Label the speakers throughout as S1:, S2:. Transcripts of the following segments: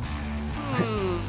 S1: Hmm.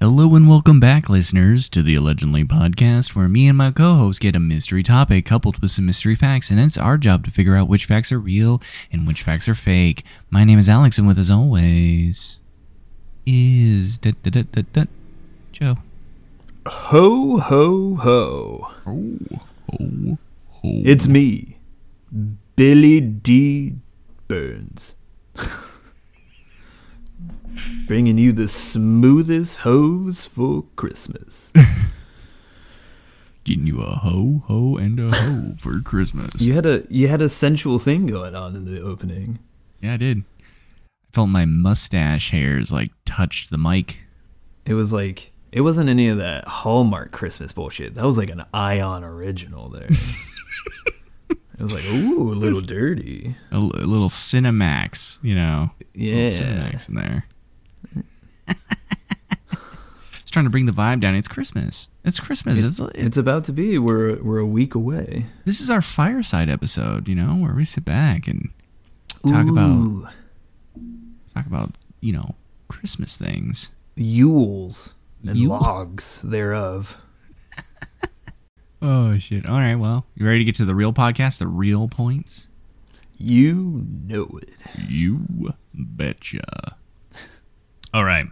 S2: Hello and welcome back, listeners, to the Allegedly podcast, where me and my co host get a mystery topic coupled with some mystery facts, and it's our job to figure out which facts are real and which facts are fake. My name is Alex, and with as always is da, da, da, da, da, Joe.
S3: Ho, ho, ho. It's me, Billy D. Burns. Bringing you the smoothest hose for Christmas.
S2: Getting you a ho, ho, and a ho for Christmas.
S3: You had a you had a sensual thing going on in the opening.
S2: Yeah, I did. I felt my mustache hairs like touch the mic.
S3: It was like it wasn't any of that Hallmark Christmas bullshit. That was like an Ion original there. it was like ooh, a little dirty.
S2: A, l- a little Cinemax, you know.
S3: Yeah.
S2: Cinemax in there. it's trying to bring the vibe down. It's Christmas. It's Christmas. It's,
S3: It's about to be. We're we're a week away.
S2: this is our fireside episode, you know, where we sit back and talk about
S3: Ooh,
S2: talk about you know Christmas things.
S3: Yules and
S2: Yules?
S3: logs thereof.
S2: Oh shit! All right, well, you ready to get to the real podcast, the real points?
S3: You know it.
S2: You betcha. All right.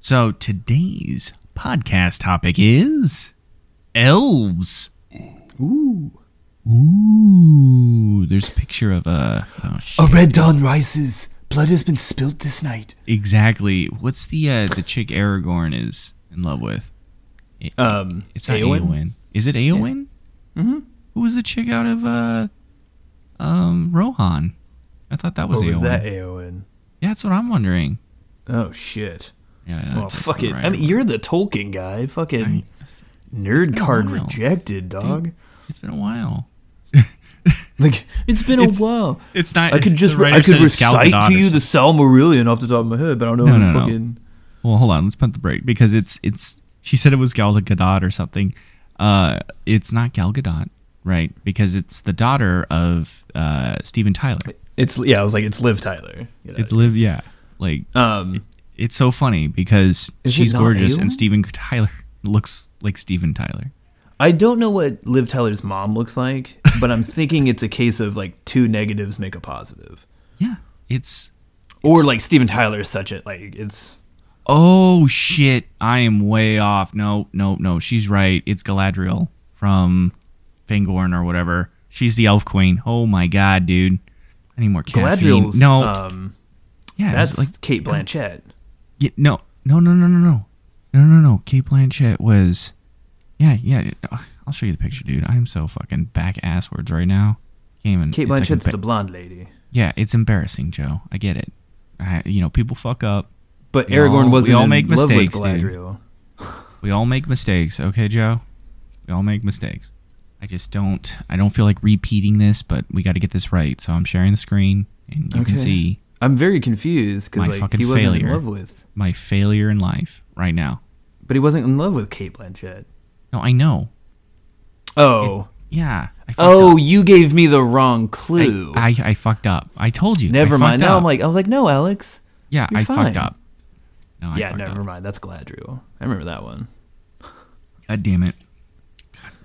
S2: So today's podcast topic is elves.
S3: Ooh.
S2: Ooh, there's a picture of a. Oh, shit.
S3: red dawn rises. Blood has been spilt this night.
S2: Exactly. What's the uh, the chick Aragorn is in love with?
S3: Um,
S2: It's not
S3: Eowyn?
S2: Eowyn. Is it Eowyn? Mm-hmm. Who was the chick out of uh, um, Rohan? I thought that was
S3: Oh,
S2: Eowyn.
S3: is that Eowyn?
S2: Yeah, that's what I'm wondering.
S3: Oh shit.
S2: Yeah. I
S3: Well,
S2: took
S3: fuck
S2: the
S3: it.
S2: right
S3: I mean, you're the Tolkien guy. Fucking nerd
S2: been a
S3: card
S2: while,
S3: rejected, dog.
S2: It's been a while.
S3: Like it's been
S2: It's-
S3: a while.
S2: It's not.
S3: I could just
S2: the
S3: re- I
S2: writer
S3: could
S2: said it's Gal
S3: recite
S2: Gadot
S3: to
S2: or
S3: you the Silmarillion off the top of my head, but I don't know.
S2: No,
S3: how to
S2: no, no.
S3: fucking
S2: Well, hold on. Let's pump the break because it's it's. She said it was Gal Gadot or something. Uh, it's not Gal Gadot, right? Because it's the daughter of uh Steven Tyler.
S3: It's yeah. I was like, it's Liv Tyler. Get out
S2: It's Liv. Yeah, like
S3: Um,
S2: it's so funny because
S3: Is
S2: she's
S3: it not
S2: gorgeous
S3: Eowyn?
S2: and Steven Tyler looks like Steven Tyler.
S3: I don't know what Liv Tyler's mom looks like, but I'm thinking it's a case of like two negatives make a positive,
S2: Yeah, it's
S3: or like Steven Tyler is such a like it's
S2: oh shit. I am way off. No, no, no. She's right. It's Galadriel from Fangorn or whatever. She's the elf queen. Oh my god, dude. I need more caffeine.
S3: Galadriel's.
S2: no,
S3: um,
S2: yeah, it was
S3: that's
S2: like
S3: like Kate Blanchett.
S2: Yeah, no, no, no, no, no, no, no, no, no. Kate Blanchett was, yeah, yeah. yeah. Ugh, I'll show you the picture, dude. I'm so fucking back asswards right now. Can't even.
S3: Kate
S2: it's like
S3: Blanchett's
S2: emba-
S3: the blonde lady,
S2: yeah, it's embarrassing, Joe. I get it. I, you know, people fuck up.
S3: but
S2: We all-
S3: Aragorn
S2: we
S3: wasn't
S2: all
S3: in
S2: make
S3: love
S2: mistakes,
S3: with
S2: dude.
S3: Galadriel.
S2: We all make mistakes, okay, Joe? We all make mistakes. I just don't. I don't feel like repeating this, but we got to get this right. So I'm sharing the screen, and you
S3: Okay.
S2: can see
S3: I'm very confused
S2: My
S3: because like
S2: fucking
S3: he wasn't in
S2: failure.
S3: love with,
S2: my failure in life right now.
S3: but he wasn't in love with Kate Blanchett.
S2: No, I know.
S3: Oh,
S2: Yeah. I fucked
S3: oh,
S2: up.
S3: you gave me the wrong clue.
S2: I, I, I fucked up. I told you. I
S3: never mind.
S2: fucked
S3: Now
S2: up.
S3: I'm like, I was like, no, Alex.
S2: Yeah,
S3: You're
S2: I
S3: fine.
S2: fucked up. No, I
S3: yeah,
S2: fucked
S3: never
S2: up.
S3: mind. That's Galadriel. I remember that one.
S2: God damn it.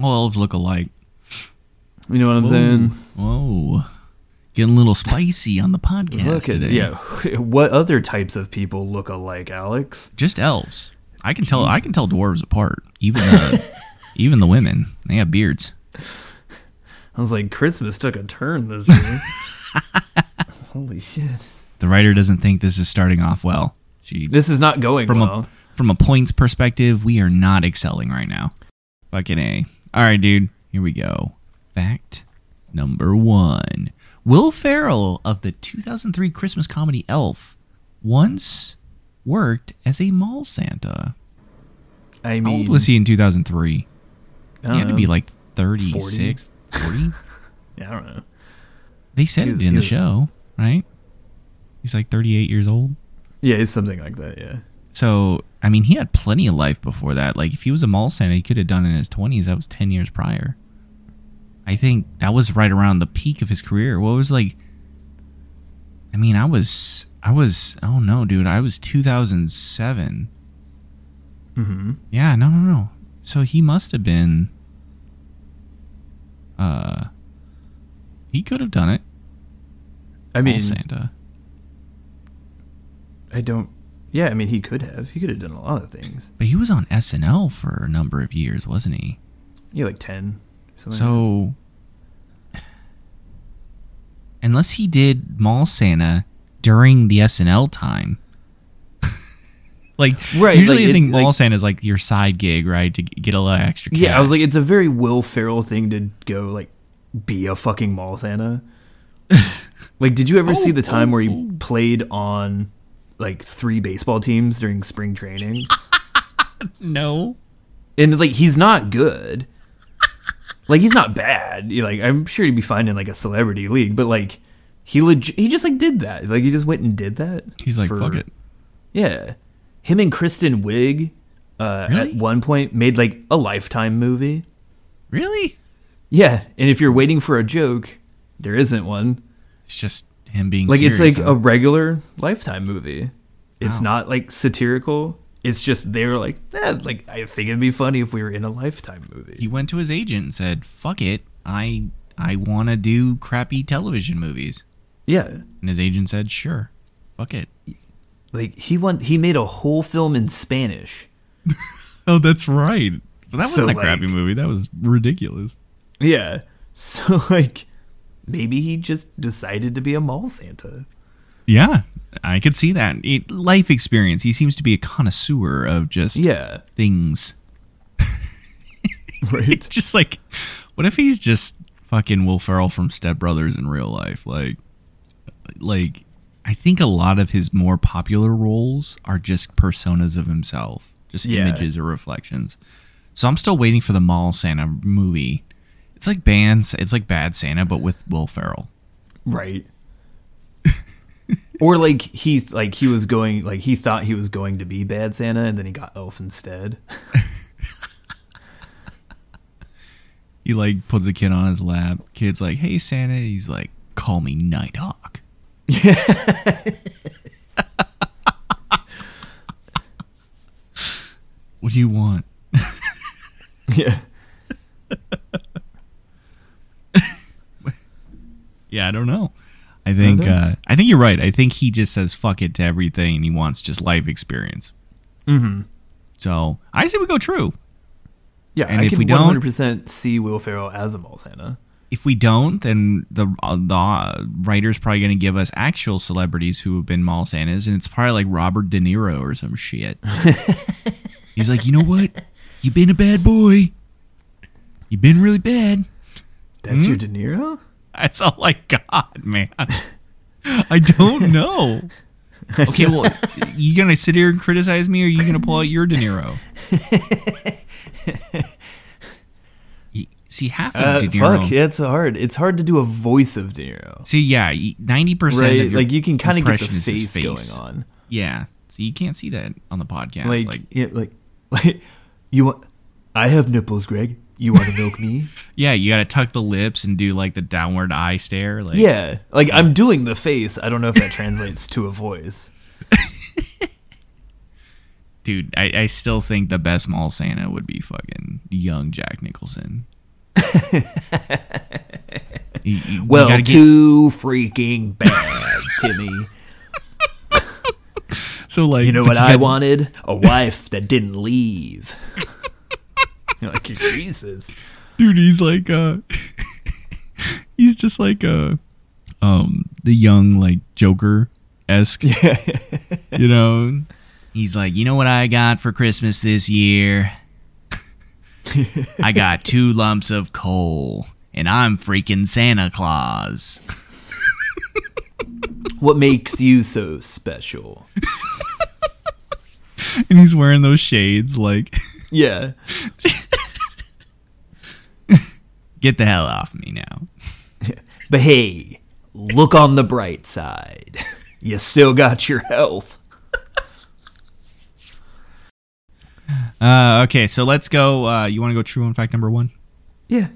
S2: All elves look alike.
S3: You know what I'm saying?
S2: Whoa. Getting a little spicy on the podcast
S3: Look at
S2: today.
S3: yeah. What other types of people look alike, Alex?
S2: Just elves. I can tell I can tell dwarves apart. Even uh, even the women. They have beards.
S3: I was like, Christmas took a turn this year. Holy shit!
S2: The writer doesn't think this is starting off well. She
S3: This is not going
S2: from
S3: well.
S2: a from a points perspective, we are not excelling right now. Fucking A. All right, dude. Here we go. Fact number 1. Will Ferrell of the 2003 Christmas comedy Elf once worked as a mall Santa.
S3: I mean,
S2: How old was he in 2003?
S3: I
S2: He
S3: don't
S2: had to
S3: know,
S2: be like 36, 40.
S3: I don't know.
S2: They said
S3: He
S2: it
S3: was-
S2: in
S3: he
S2: the
S3: was-
S2: show, right? He's like 38 years old.
S3: Yeah, it's something like that. Yeah.
S2: So, I mean, he had plenty of life before that. Like, if he was a mall Santa, he could have done it in his 20s. That was 10 years prior. I think that was right around the peak of his career. What was like, I mean, I was, I was, oh no, dude, I was 2007.
S3: Mm-hmm.
S2: Yeah, no, no, no. So he must have been, uh, he could have done it.
S3: I
S2: Mall
S3: mean,
S2: Santa.
S3: I don't. Yeah, I mean, he could have. He could have done a lot of things.
S2: But he was on SNL for a number of years, wasn't he?
S3: Yeah, like ten. Something like
S2: So, unless he did Mall Santa during the SNL time, like
S3: Right,
S2: usually
S3: like,
S2: I
S3: it-
S2: think Mall
S3: like-
S2: Santa is like your side gig, right, to g- get a little extra.
S3: that.
S2: Cash.
S3: yeah, I was like, it's a very Will Ferrell thing to go like be a fucking mall Santa. like, did you ever
S2: Oh,
S3: see the time where he played on like three baseball teams during spring training?
S2: no,
S3: and like he's not good. Like he's not bad. You, Like I'm sure he'd be fine in like a celebrity league, but like he legit, he just like did that. Like he just went and did that.
S2: he's like
S3: for-
S2: fuck it.
S3: Yeah, him and Kristen Wiig uh,
S2: Really?
S3: at one point made like a lifetime movie.
S2: Really,
S3: Yeah, and if you're waiting for a joke, there isn't one.
S2: it's just him being
S3: Like
S2: serious,
S3: it's like
S2: huh?
S3: a regular lifetime movie. It's
S2: Wow.
S3: not like satirical. It's just they're like, eh, like I think it'd be funny if we were in a lifetime movie.
S2: he went to his agent and said, "Fuck it, I I want to do crappy television movies,"
S3: yeah.
S2: and his agent said, "Sure, fuck it."
S3: like he won he made a whole film in spanish
S2: Oh, that's right. But that
S3: So,
S2: wasn't a
S3: like-
S2: crappy movie. That was ridiculous.
S3: yeah so like maybe he just decided to be a mall santa
S2: Yeah, I could see that. It, life experience. He seems to be a connoisseur of just
S3: yeah
S2: things.
S3: right
S2: Just like, what if he's just fucking Will Ferrell from Step Brothers in real life? Like, like I think a lot of his more popular roles are just personas of himself, just
S3: Yeah.
S2: images or reflections. So I'm still waiting for the Mall Santa movie. It's like bands. It's like Bad Santa, but with Will Ferrell.
S3: right or like he's like he was going like he thought he was going to be bad santa and then he got elf instead
S2: He like puts a kid on his lap. Kid's like, "Hey Santa." He's like, "Call me Nighthawk." what do you want?
S3: yeah
S2: Yeah, I don't know. I think
S3: Okay.
S2: uh, I think you're right. I think he just says fuck it to everything, and he wants just life experience. Mm-hmm. So I say we go true.
S3: yeah
S2: And
S3: i
S2: if
S3: can
S2: we don't-
S3: 100% see will ferrell as a mall santa
S2: If we don't, then the uh, the uh, writer's probably going to give us actual celebrities who have been mall Santas, and it's probably like Robert De Niro or some shit. He's like, you know what? You've been a bad boy. You've been really bad. Hmm?
S3: that's your de niro
S2: That's all I got, man. I don't know. Okay, well, you gonna sit here and criticize me, or you gonna pull out your De Niro? You- See, half of
S3: uh,
S2: De Niro.
S3: fuck yeah, it's hard it's hard to do a voice of de niro
S2: See, yeah, ninety percent.
S3: right
S2: Of your
S3: like you can kind of get the
S2: impression is his
S3: face going on
S2: Yeah, so you can't see that on the podcast. Like,
S3: like, yeah, like, like, you want? I have nipples, Greg. You want to milk me?
S2: yeah, you gotta tuck the lips and do like the downward eye stare. Like,
S3: yeah, like I'm doing the face. I don't know if that translates to a voice.
S2: dude, I, I still think the best mall Santa would be fucking young Jack Nicholson. You- you- you
S3: Well,
S2: gotta get-
S3: too freaking bad, Timmy.
S2: so like,
S3: You know
S2: but
S3: what I
S2: got-
S3: wanted? A wife that didn't leave. You're like Jesus.
S2: dude he's like uh he's just like uh um the young like joker esque you know he's like you know what i got for christmas this year i got two lumps of coal and i'm freaking santa claus
S3: What makes you so special?
S2: and he's wearing those shades like
S4: Yeah.
S2: Get the hell off me now.
S4: But hey, look on the bright side. You still got your health.
S2: Uh, okay, so let's go. Uh, you want to go true on fact number one?
S4: Yeah.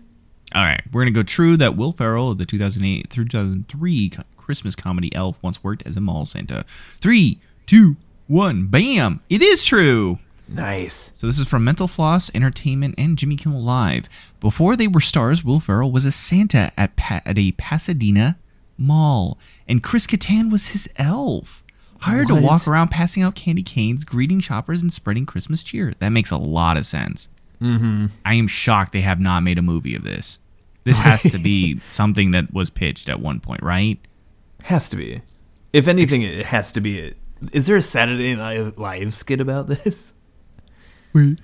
S2: All right, we're gonna go true that Will Ferrell of the 2008 through 2003 co- Christmas comedy Elf once worked as a mall Santa. Three, two, one, bam! It is true.
S4: Nice.
S2: So this is from Mental Floss Entertainment and Jimmy Kimmel Live. Before they were stars, Will Ferrell was a Santa at, pa- at a Pasadena mall, and Chris Kattan was his elf, hired to
S4: What?
S2: walk around passing out candy canes, greeting shoppers, and spreading Christmas cheer. That makes a lot of sense. Mm-hmm. I am shocked they have not made a movie of this. This has to be something that was pitched at one point, right?
S4: Has to be. If anything, it has to be it. Is there a Saturday Night Live skit about this?
S2: Wait,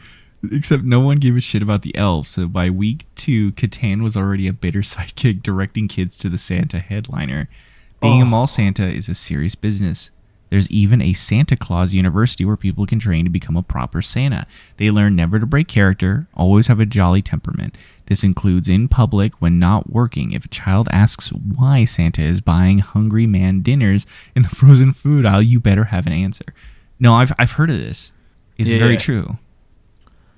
S2: except no one gave a shit about the elves. So by week two, Catan was already a bitter sidekick directing kids to the Santa headliner. Being a mall Santa is a serious business. There's even a Santa Claus university where people can train to become a proper Santa. They learn never to break character, always have a jolly temperament. This includes in public when not working. If a child asks why Santa is buying hungry man dinners in the frozen food aisle, you better have an answer. No, I've, I've heard of this. It's
S4: Yeah,
S2: very
S4: yeah.
S2: true.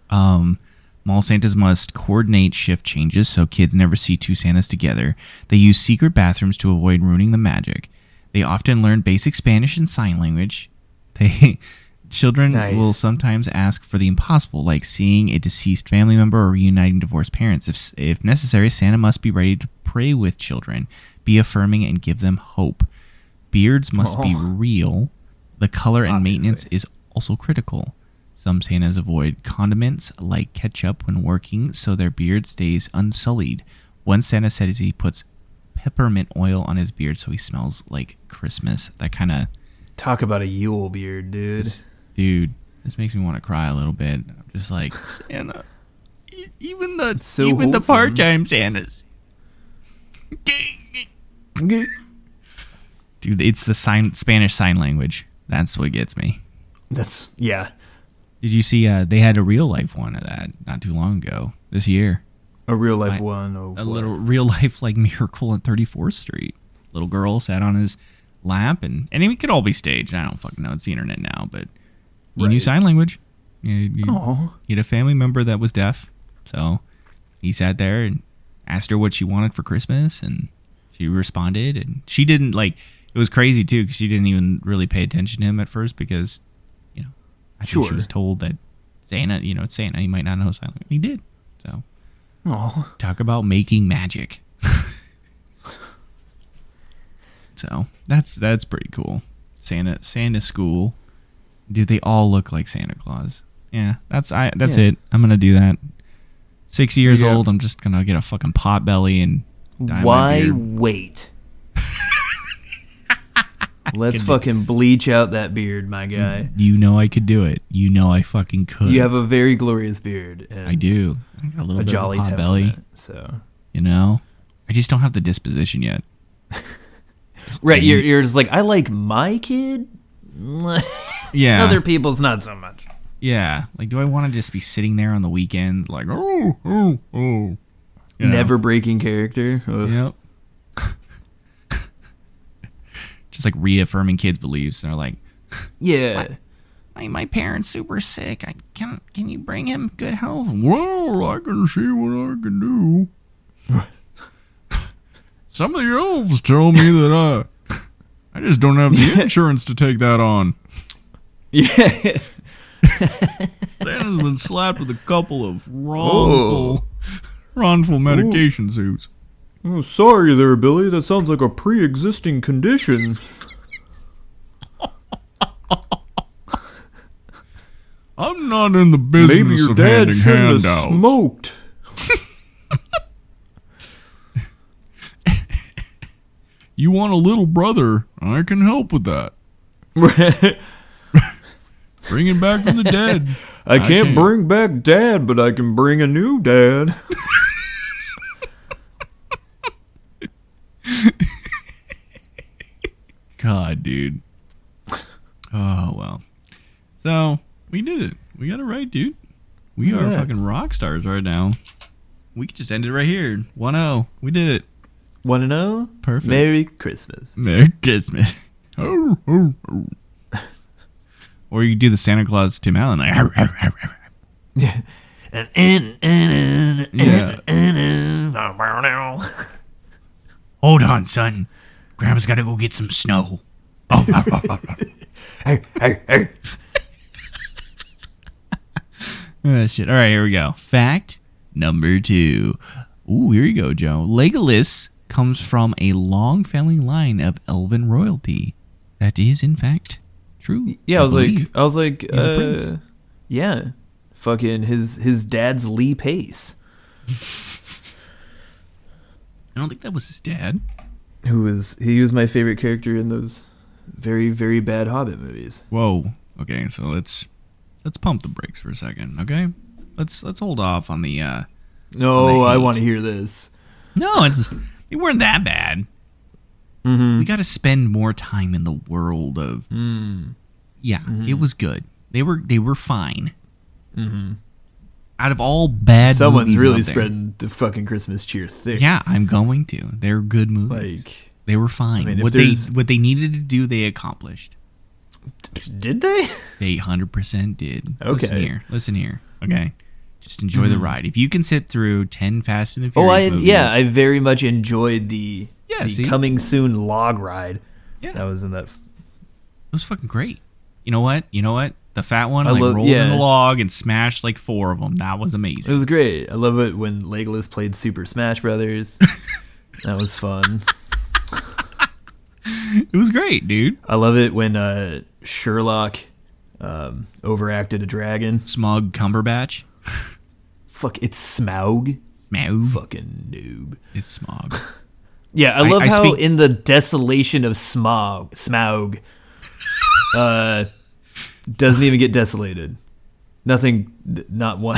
S2: Um, mall Santas must coordinate shift changes so kids never see two Santas together. They use secret bathrooms to avoid ruining the magic. They often learn basic Spanish and sign language. They children
S4: Nice.
S2: will sometimes ask for the impossible, like seeing a deceased family member or reuniting divorced parents. If if necessary, Santa must be ready to pray with children, be affirming, and give them hope. Beards must be real. The color and maintenance is also critical. Some Santas avoid condiments like ketchup when working, so their beard stays unsullied. One Santa says he puts peppermint oil on his beard so he smells like Christmas. That kind of
S4: Talk about a Yule beard, dude.
S2: dude, this makes me want to cry a little bit. I'm just like Santa, e- even the
S4: so
S2: even the
S4: wholesome.
S2: part-time Santas. Dude, it's the sign Spanish sign language. That's what gets me.
S4: That's yeah.
S2: Did you see? Uh, they had a real life one of that not too long ago this year.
S4: A real life
S2: I-
S4: one. Oh,
S2: a
S4: boy.
S2: little real life like miracle on 34th Street. Little girl sat on his lap, and and it could all be staged. I don't fucking know. It's the internet now, but you knew
S4: Right.
S2: sign language. You, you,
S4: Aw.
S2: you had a family member that was deaf, so he sat there and asked her what she wanted for Christmas, and she responded, and she didn't like. It was crazy too because she didn't even really pay attention to him at first because, you know, I think she
S4: Sure.
S2: was told that Santa, you know, it's Santa. He might not know sign language. He did, so
S4: Aw.
S2: talk about making magic. so that's that's pretty cool. Santa Santa school. Dude, they all look like Santa Claus. Yeah, that's I that's
S4: Yeah.
S2: it. I'm gonna do that. Sixty years
S4: Yeah.
S2: old, I'm just gonna get a fucking pot belly and dye my
S4: Why
S2: beard.
S4: wait? Let's fucking bleach out that beard, my
S2: Mm.
S4: guy.
S2: You know I could do it. You know I fucking could.
S4: You have a very glorious beard. And
S2: I do. I got a little
S4: A
S2: bit
S4: jolly
S2: of a pot belly.
S4: temperament. So
S2: You know, I just don't have the disposition yet. Just
S4: right,
S2: didn't-
S4: you're you're just like I like my kid.
S2: yeah.
S4: Other people's not so much.
S2: Yeah. Like, do I want to just be sitting there on the weekend, like, oh, oh, oh? you know?
S4: Never breaking character. Ugh.
S2: Yep. just like reaffirming kids' beliefs. And they're like,
S4: Yeah.
S2: my, my parents super sick. I can can you bring him good health? Well, I can see what I can do. Some of the elves tell me that I I just don't have the insurance to take that on.
S4: Yeah.
S2: Santa's been slapped with a couple of wrongful, wrongful medication suits.
S4: Oh, sorry there, Billy. That sounds like a pre-existing condition.
S2: I'm not in the business of handing handouts.
S4: smoked.
S2: you want a little brother? I can help with that. Bring him back from the dead.
S4: I can't
S2: can't.
S4: bring back dad, but I can bring a new dad.
S2: God, dude. Oh well. So we did it. We got it right, dude. We are
S3: Yeah.
S2: fucking rock stars right now. We could just end it right here. 1 0. We did it.
S3: Want to know?
S2: Perfect.
S3: Merry Christmas.
S2: Merry Christmas. Oh, oh, oh. or you do the Santa Claus Tim Allen. like, "Arr, arr, arr, arr."
S3: And, and, and, and,
S2: Yeah.
S3: and, and.
S2: Hold on, son. Grandma's got to go get some snow. Oh, arr, arr, arr, arr.
S3: Hey, hey, hey.
S2: Ah, shit. All right, here we go. Fact number two. Ooh, here you go, Joe. Legolas comes from a long family line of elven royalty. That is, in fact, true.
S3: Yeah, I was
S2: believe.
S3: like, I was like,
S2: He's a
S3: uh,
S2: prince.
S3: Yeah, fucking his his dad's Lee Pace,
S2: I don't think that was his dad.
S3: who was he was my favorite character in those very very bad Hobbit movies.
S2: Whoa. Okay, so let's let's pump the brakes for a second, okay? Let's let's hold off on the uh
S4: Oh,
S3: No,
S2: I
S3: I
S2: hate.
S3: want to hear this.
S2: No, it's they weren't that bad.
S3: Mm-hmm.
S2: We got to spend more time in the world of
S3: Mm.
S2: Yeah,
S3: Mm-hmm.
S2: it was good. They were they were fine. Out of all bad
S3: Mm-hmm. Someone's
S2: movies
S3: really
S2: out there-
S3: spreading the fucking Christmas cheer thick.
S2: Yeah, I'm going to. They're good movies.
S3: Like,
S2: they were fine.
S3: I mean, if
S2: what they
S3: there's-
S2: what they needed to do, they accomplished.
S3: did they?
S2: They hundred percent did. Listen
S3: Okay. Mm-hmm.
S2: here. Listen here. Okay. Just enjoy the ride. If you can sit through ten Fast and the
S3: Oh,
S2: Furious
S3: I
S2: movies,
S3: yeah, I very much enjoyed the
S2: Yeah,
S3: the
S2: see?
S3: coming soon log ride.
S2: Yeah.
S3: that was in that. f-
S2: It was fucking great. You know what? You know what? The fat one
S3: I
S2: like
S3: love-
S2: rolled in
S3: yeah.
S2: the log and smashed like four of them. That was
S3: It
S2: amazing.
S3: was great. I love it when Legolas played Super Smash Brothers. that was fun.
S2: It was great, dude.
S3: I love it when uh, Sherlock um, overacted a dragon.
S2: Smug Cumberbatch.
S3: Fuck, it's Smaug.
S2: Smog.
S3: Fucking noob.
S2: It's smog.
S3: Yeah, I
S2: I-
S3: love
S2: I
S3: how
S2: speak-
S3: in the desolation of Smaug, Smaug, uh, doesn't even get desolated. Nothing, not one.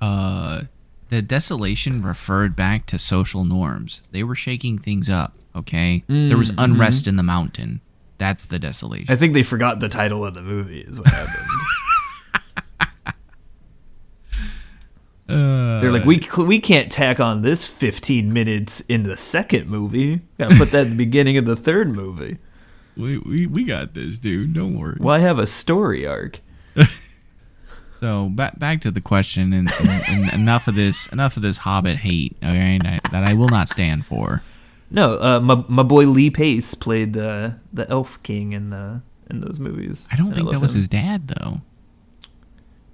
S2: the desolation referred back to social norms. They were shaking things up, okay? there was unrest in the mountain. That's the desolation.
S3: I think they forgot the title of the movie. Is what happened.
S2: Uh,
S3: They're like, we cl- we can't tack on this 15 minutes in the second movie. Gotta put that at the beginning of the third movie.
S2: we, we, we got this, dude. Don't worry.
S3: Well, I have a story arc.
S2: So back back to the question, and, and, and enough of this enough of this Hobbit hate, okay? That, that I will not stand for.
S3: No, uh, my my boy Lee Pace played the the Elf King in the in those movies.
S2: I don't
S3: And
S2: think
S3: love
S2: that was
S3: him.
S2: his dad, though.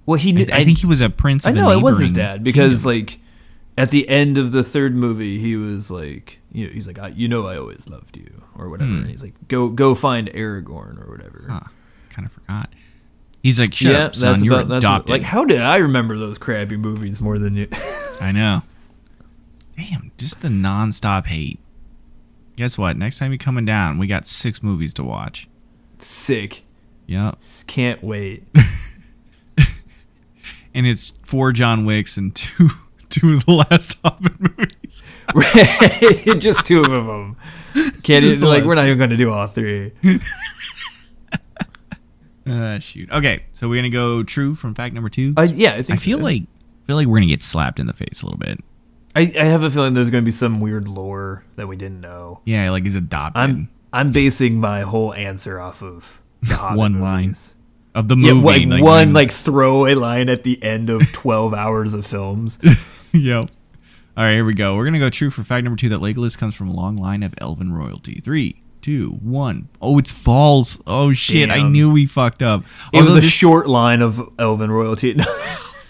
S3: Well, he
S2: I,
S3: knew,
S2: I think he was a prince.
S3: I
S2: Of a
S3: know it was his
S2: neighboring
S3: dad because
S2: kingdom.
S3: like at the end of the third movie he was like you know, he's like I, you know I always loved you or whatever
S2: Hmm.
S3: and he's like go go find Aragorn or whatever.
S2: Ah, kind of forgot. He's like, shut up, son. You're
S3: that's
S2: adopted.
S3: like how did I remember those crappy movies more than you?
S2: I know. Damn, just the nonstop hate. Guess what? Next time you're coming down, we got six movies to watch.
S3: Sick.
S2: Yep.
S3: Can't wait.
S2: And it's four John Wicks and two two of the last Hobbit movies.
S3: Just two of them. Can't
S2: Just
S3: even,
S2: the
S3: like
S2: last
S3: we're not even going to do all three.
S2: Uh, shoot. Okay, so we're gonna go true from fact number two.
S3: Uh, yeah, I think
S2: I feel
S3: so.
S2: like I feel like we're gonna get slapped in the face a little bit.
S3: I, I have a feeling there's going to be some weird lore that we didn't know.
S2: Yeah, like he's adopted
S3: I'm I'm basing my whole answer off of the Hobbit
S2: One line.
S3: movies.
S2: of the movie.
S3: yeah, like,
S2: like,
S3: one like throwaway line at the end of twelve hours of films.
S2: Yep. All right, here we go. We're gonna go true for fact number two that Legolas comes from a long line of elven royalty. Three, two, one. Oh, it's false. Oh shit! I
S3: Damn.
S2: knew we fucked up.
S3: It was
S2: Although
S3: a
S2: this-
S3: short line of Elven royalty.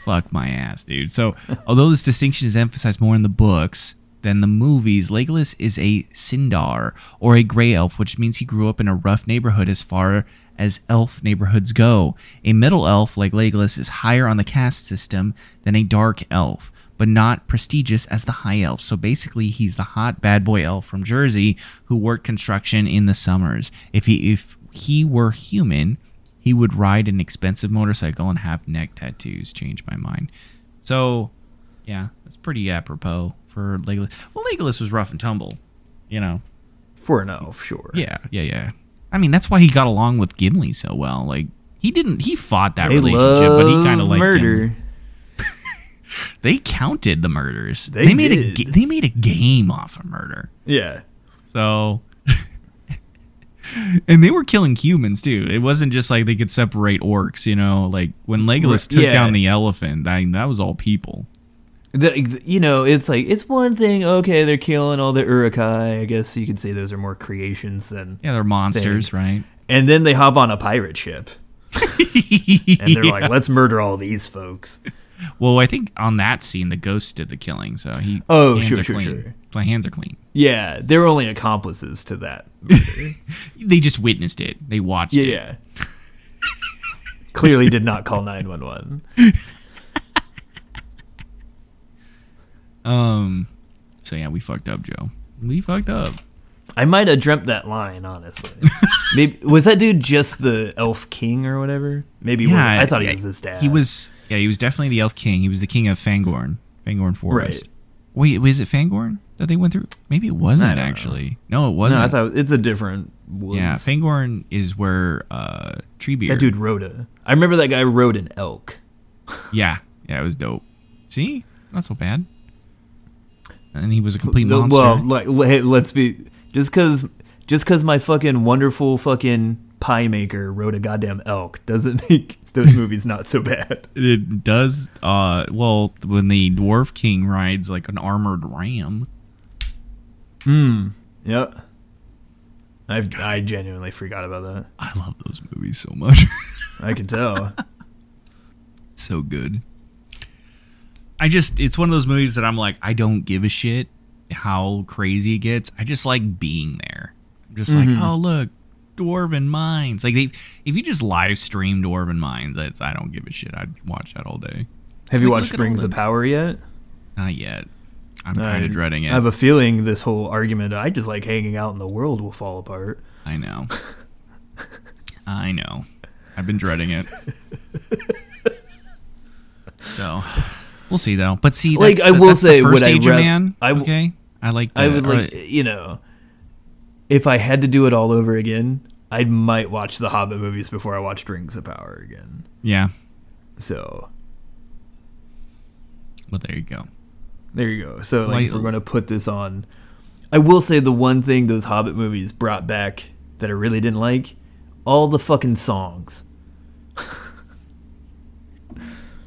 S2: Fuck my ass, dude. So, although this distinction is emphasized more in the books than the movies, Legolas is a Sindar or a gray elf, which means he grew up in a rough neighborhood as far as elf neighborhoods go. A middle elf like Legolas is higher on the caste system than a dark elf, but not prestigious as the high elf. So basically, he's the hot bad boy elf from Jersey who worked construction in the summers. If he if he were human, he would ride an expensive motorcycle and have neck tattoos. Changed my mind. So, yeah, that's pretty apropos for Legolas. Well, Legolas was rough and tumble, you know.
S3: For an elf, sure.
S2: Yeah, yeah, yeah. I mean, that's why he got along with Gimli so well. Like, he didn't. He fought that
S3: They
S2: relationship, but he
S3: love
S2: kind of like
S3: murder.
S2: They counted the murders.
S4: They
S2: made a
S4: did.
S2: ga- they made a game off of murder.
S4: Yeah.
S2: So, and they were killing humans too. It wasn't just like they could separate orcs. You know, like when Legolas took
S4: yeah.
S2: down the elephant, I, that was all people.
S4: The, you know, it's like it's one thing. Okay, they're killing all the urukai. I guess you could say those are more creations than.
S2: Yeah, they're monsters, right?
S4: And then they hop on a pirate ship, and they're like, "Let's murder all these folks."
S2: Well, I think on that scene, the ghost did the killing, so he.
S4: Oh,
S2: hands
S4: sure,
S2: are
S4: sure,
S2: clean.
S4: sure.
S2: My hands are clean.
S4: Yeah, they're only accomplices to that.
S2: They just witnessed it. They watched
S4: Yeah,
S2: it.
S4: yeah. Clearly, did not call nine one one.
S2: Um. So yeah, we fucked up, Joe. We fucked up.
S4: I might have dreamt that line, honestly. Maybe was that dude just the elf king or whatever? Maybe he wasn't. I thought he
S2: yeah,
S4: was his dad.
S2: He was. Yeah, he was definitely the elf king. He was the king of Fangorn. Fangorn Forest.
S4: Right.
S2: Wait, was it Fangorn that they went through? Maybe it wasn't actually. No, it
S4: No,
S2: wasn't.
S4: I thought it's a different. Woods.
S2: yeah, Fangorn is where uh Treebeard.
S4: that dude rode a. I remember that guy rode an elk.
S2: Yeah, yeah, it was dope. See, not so bad. And he was a complete
S4: No,
S2: monster.
S4: Well, like, le- hey, let's be just because just because my fucking wonderful fucking pie maker rode a goddamn elk doesn't make those movies not so bad.
S2: it does. Uh, well, when the dwarf king rides like an armored ram.
S4: Yep. I I genuinely forgot about that.
S2: I love those movies so much.
S4: I can tell.
S2: so good. I just it's one of those movies that I'm like I don't give a shit how crazy it gets. I just like being there. I'm just
S4: Mm-hmm.
S2: like, oh look, Dwarven Mines. Like they if you just live stream Dwarven Mines, that's I don't give a shit. I'd watch that all day.
S4: Have you
S2: Like,
S4: watched
S2: look at all
S4: Rings of
S2: the-
S4: Power yet?
S2: Not yet. I'm kind
S4: I-
S2: of dreading it.
S4: I have a feeling this whole argument I just like hanging out in the world will fall apart.
S2: I know. I know. I've been dreading it. so we'll see though. But see,
S4: Like,
S2: that's
S4: I
S2: the-
S4: will
S2: that's the
S4: say, would
S2: first
S4: I
S2: Age of
S4: rath-
S2: man.
S4: I w-
S2: okay, I like. That. Uh,
S4: I would like,
S2: Or-
S4: you know, if I had to do it all over again, I might watch the Hobbit movies before I watched Rings of Power again.
S2: yeah.
S4: So
S2: Well, there you go.
S4: there you go. So like, if
S2: Like-
S4: we're gonna put this on, I will say the one thing those Hobbit movies brought back that I really didn't like, all the fucking songs.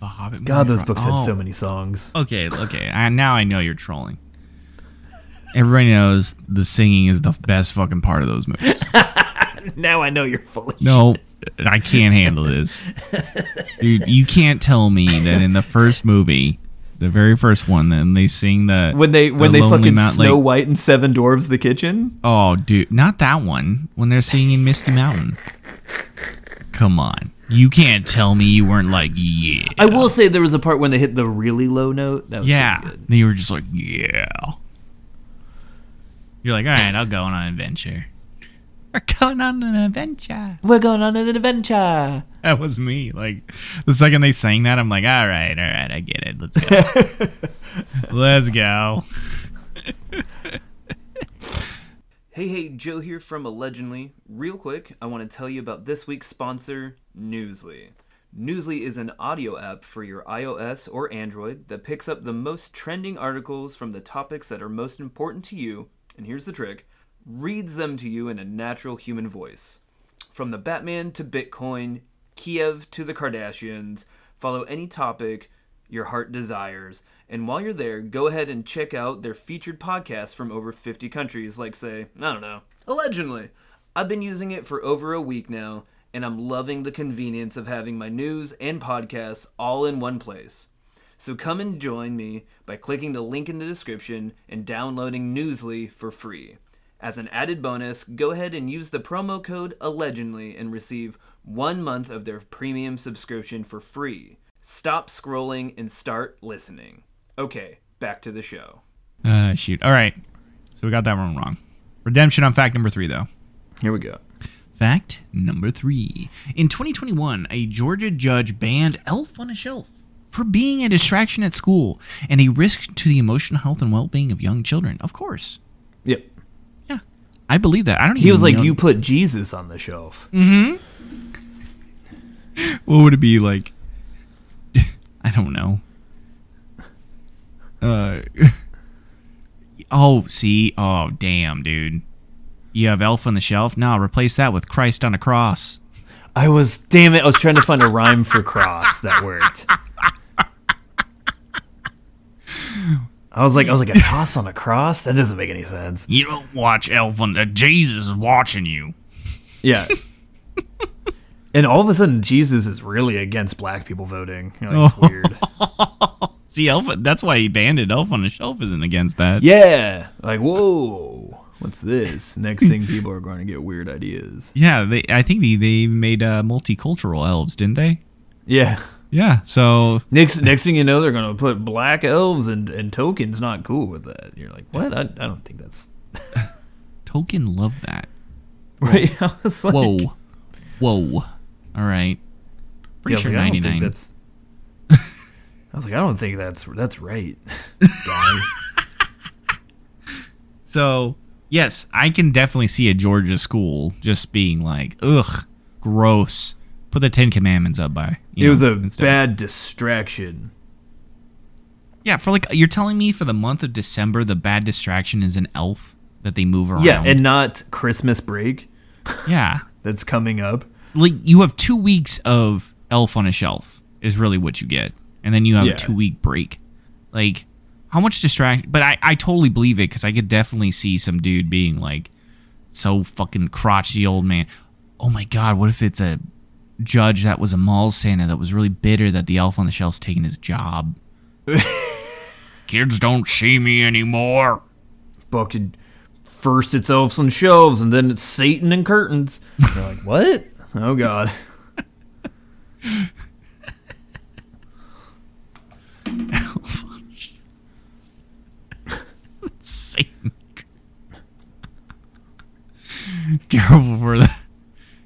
S2: The Hobbit.
S4: God,
S2: movie.
S4: those books had so
S2: Oh,
S4: many songs.
S2: Okay, okay. I, now I know you're trolling. Everybody knows the singing is the best fucking part of those movies.
S4: Now I know you're full of
S2: No, I can't handle this. Dude, you can't tell me that in the first movie, the very first one, then they sing the
S4: when they when
S2: the
S4: they
S2: Lonely
S4: fucking
S2: Mount-
S4: Snow
S2: like-
S4: White and Seven Dwarves the kitchen.
S2: Oh, dude, not that one. When they're singing Misty Mountain. Come on. You can't tell me you weren't like, yeah.
S4: I will say there was a part when they hit the really low note. That was
S2: yeah.
S4: pretty good.
S2: Then you were just like, yeah. You're like, all right, I'll go on an adventure. We're going on an adventure.
S4: We're going on an adventure.
S2: That was me. Like the second they sang that, I'm like, all right, all right, I get it. Let's go. Let's go.
S3: Hey, hey, Joe here from Allegedly. Real quick, I want to tell you about this week's sponsor, Newsly. Newsly is an audio app for your iOS or Android that picks up the most trending articles from the topics that are most important to you, and here's the trick reads them to you in a natural human voice. From the Batman to Bitcoin, Kiev to the Kardashians, follow any topic your heart desires. And while you're there, go ahead and check out their featured podcasts from over 50 countries, like, say, I don't know, allegedly. I've been using it for over a week now, and I'm loving the convenience of having my news and podcasts all in one place. So come and join me by clicking the link in the description and downloading Newsly for free. As an added bonus, go ahead and use the promo code allegedly and receive one month of their premium subscription for free. Stop scrolling and start listening. Okay, back to the show.
S2: Uh, shoot. All right. So we got that one wrong. Redemption on fact number three, though.
S4: Here we go.
S2: Fact number three. In 2021, a Georgia judge banned Elf on a Shelf for being a distraction at school and a risk to the emotional health and well being of young children. Of course.
S4: Yep.
S2: Yeah. I believe that. I don't
S4: He
S2: even
S4: was like,
S2: know-
S4: "You put Jesus on the shelf."
S2: What would it be like? I don't know. Uh, oh, see, oh damn, dude, you have Elf on the Shelf. Nah, replace that with Christ on a cross.
S4: I was damn it. I was trying to find a rhyme for cross that worked. I was like, I was like a toss on a cross. That doesn't make any sense.
S2: You don't watch Elf on the Jesus is watching you.
S4: Yeah. and all of a sudden, Jesus is really against black people voting. Like, It's weird.
S2: See, Elf. That's why he banned it. Elf on the Shelf isn't against that.
S4: Yeah. Like, whoa. What's this? Next thing, people are going to get weird ideas.
S2: Yeah, they. I think they they made uh, multicultural elves, didn't they?
S4: Yeah.
S2: Yeah. So
S4: Next, next thing you know, they're gonna put black elves and, and tokens. Not cool with that. You're like, what? I, I don't think that's
S2: Token love that.
S4: right. I was like,
S2: Whoa, whoa. All right.
S4: Yeah, I
S2: Pretty
S4: was
S2: sure
S4: like, I don't
S2: ninety
S4: think
S2: nine.
S4: That's. I was like, I don't think that's that's right.
S2: So yes, I can definitely see a Georgia school just being like, ugh, gross. Put the Ten Commandments up by. you
S4: it was
S2: know,
S4: a
S2: instead.
S4: bad distraction.
S2: Yeah, for like you're telling me for the month of December, the bad distraction is an elf that they move around.
S4: Yeah, and not Christmas break
S2: yeah,
S4: that's coming up.
S2: like you have two weeks of elf on a shelf is really what you get and then you have
S4: Yeah.
S2: a two week break like how much distraction but i, I totally believe it because i could definitely see some dude being like so fucking crotchety old man oh my god what if it's a judge that was a mall santa that was really bitter that the elf on the shelf's taking his job kids don't see me anymore
S4: Bucking first it's elves on shelves, and then it's Satan and curtains. They're like, what? Oh God.
S2: Satan. Careful for that.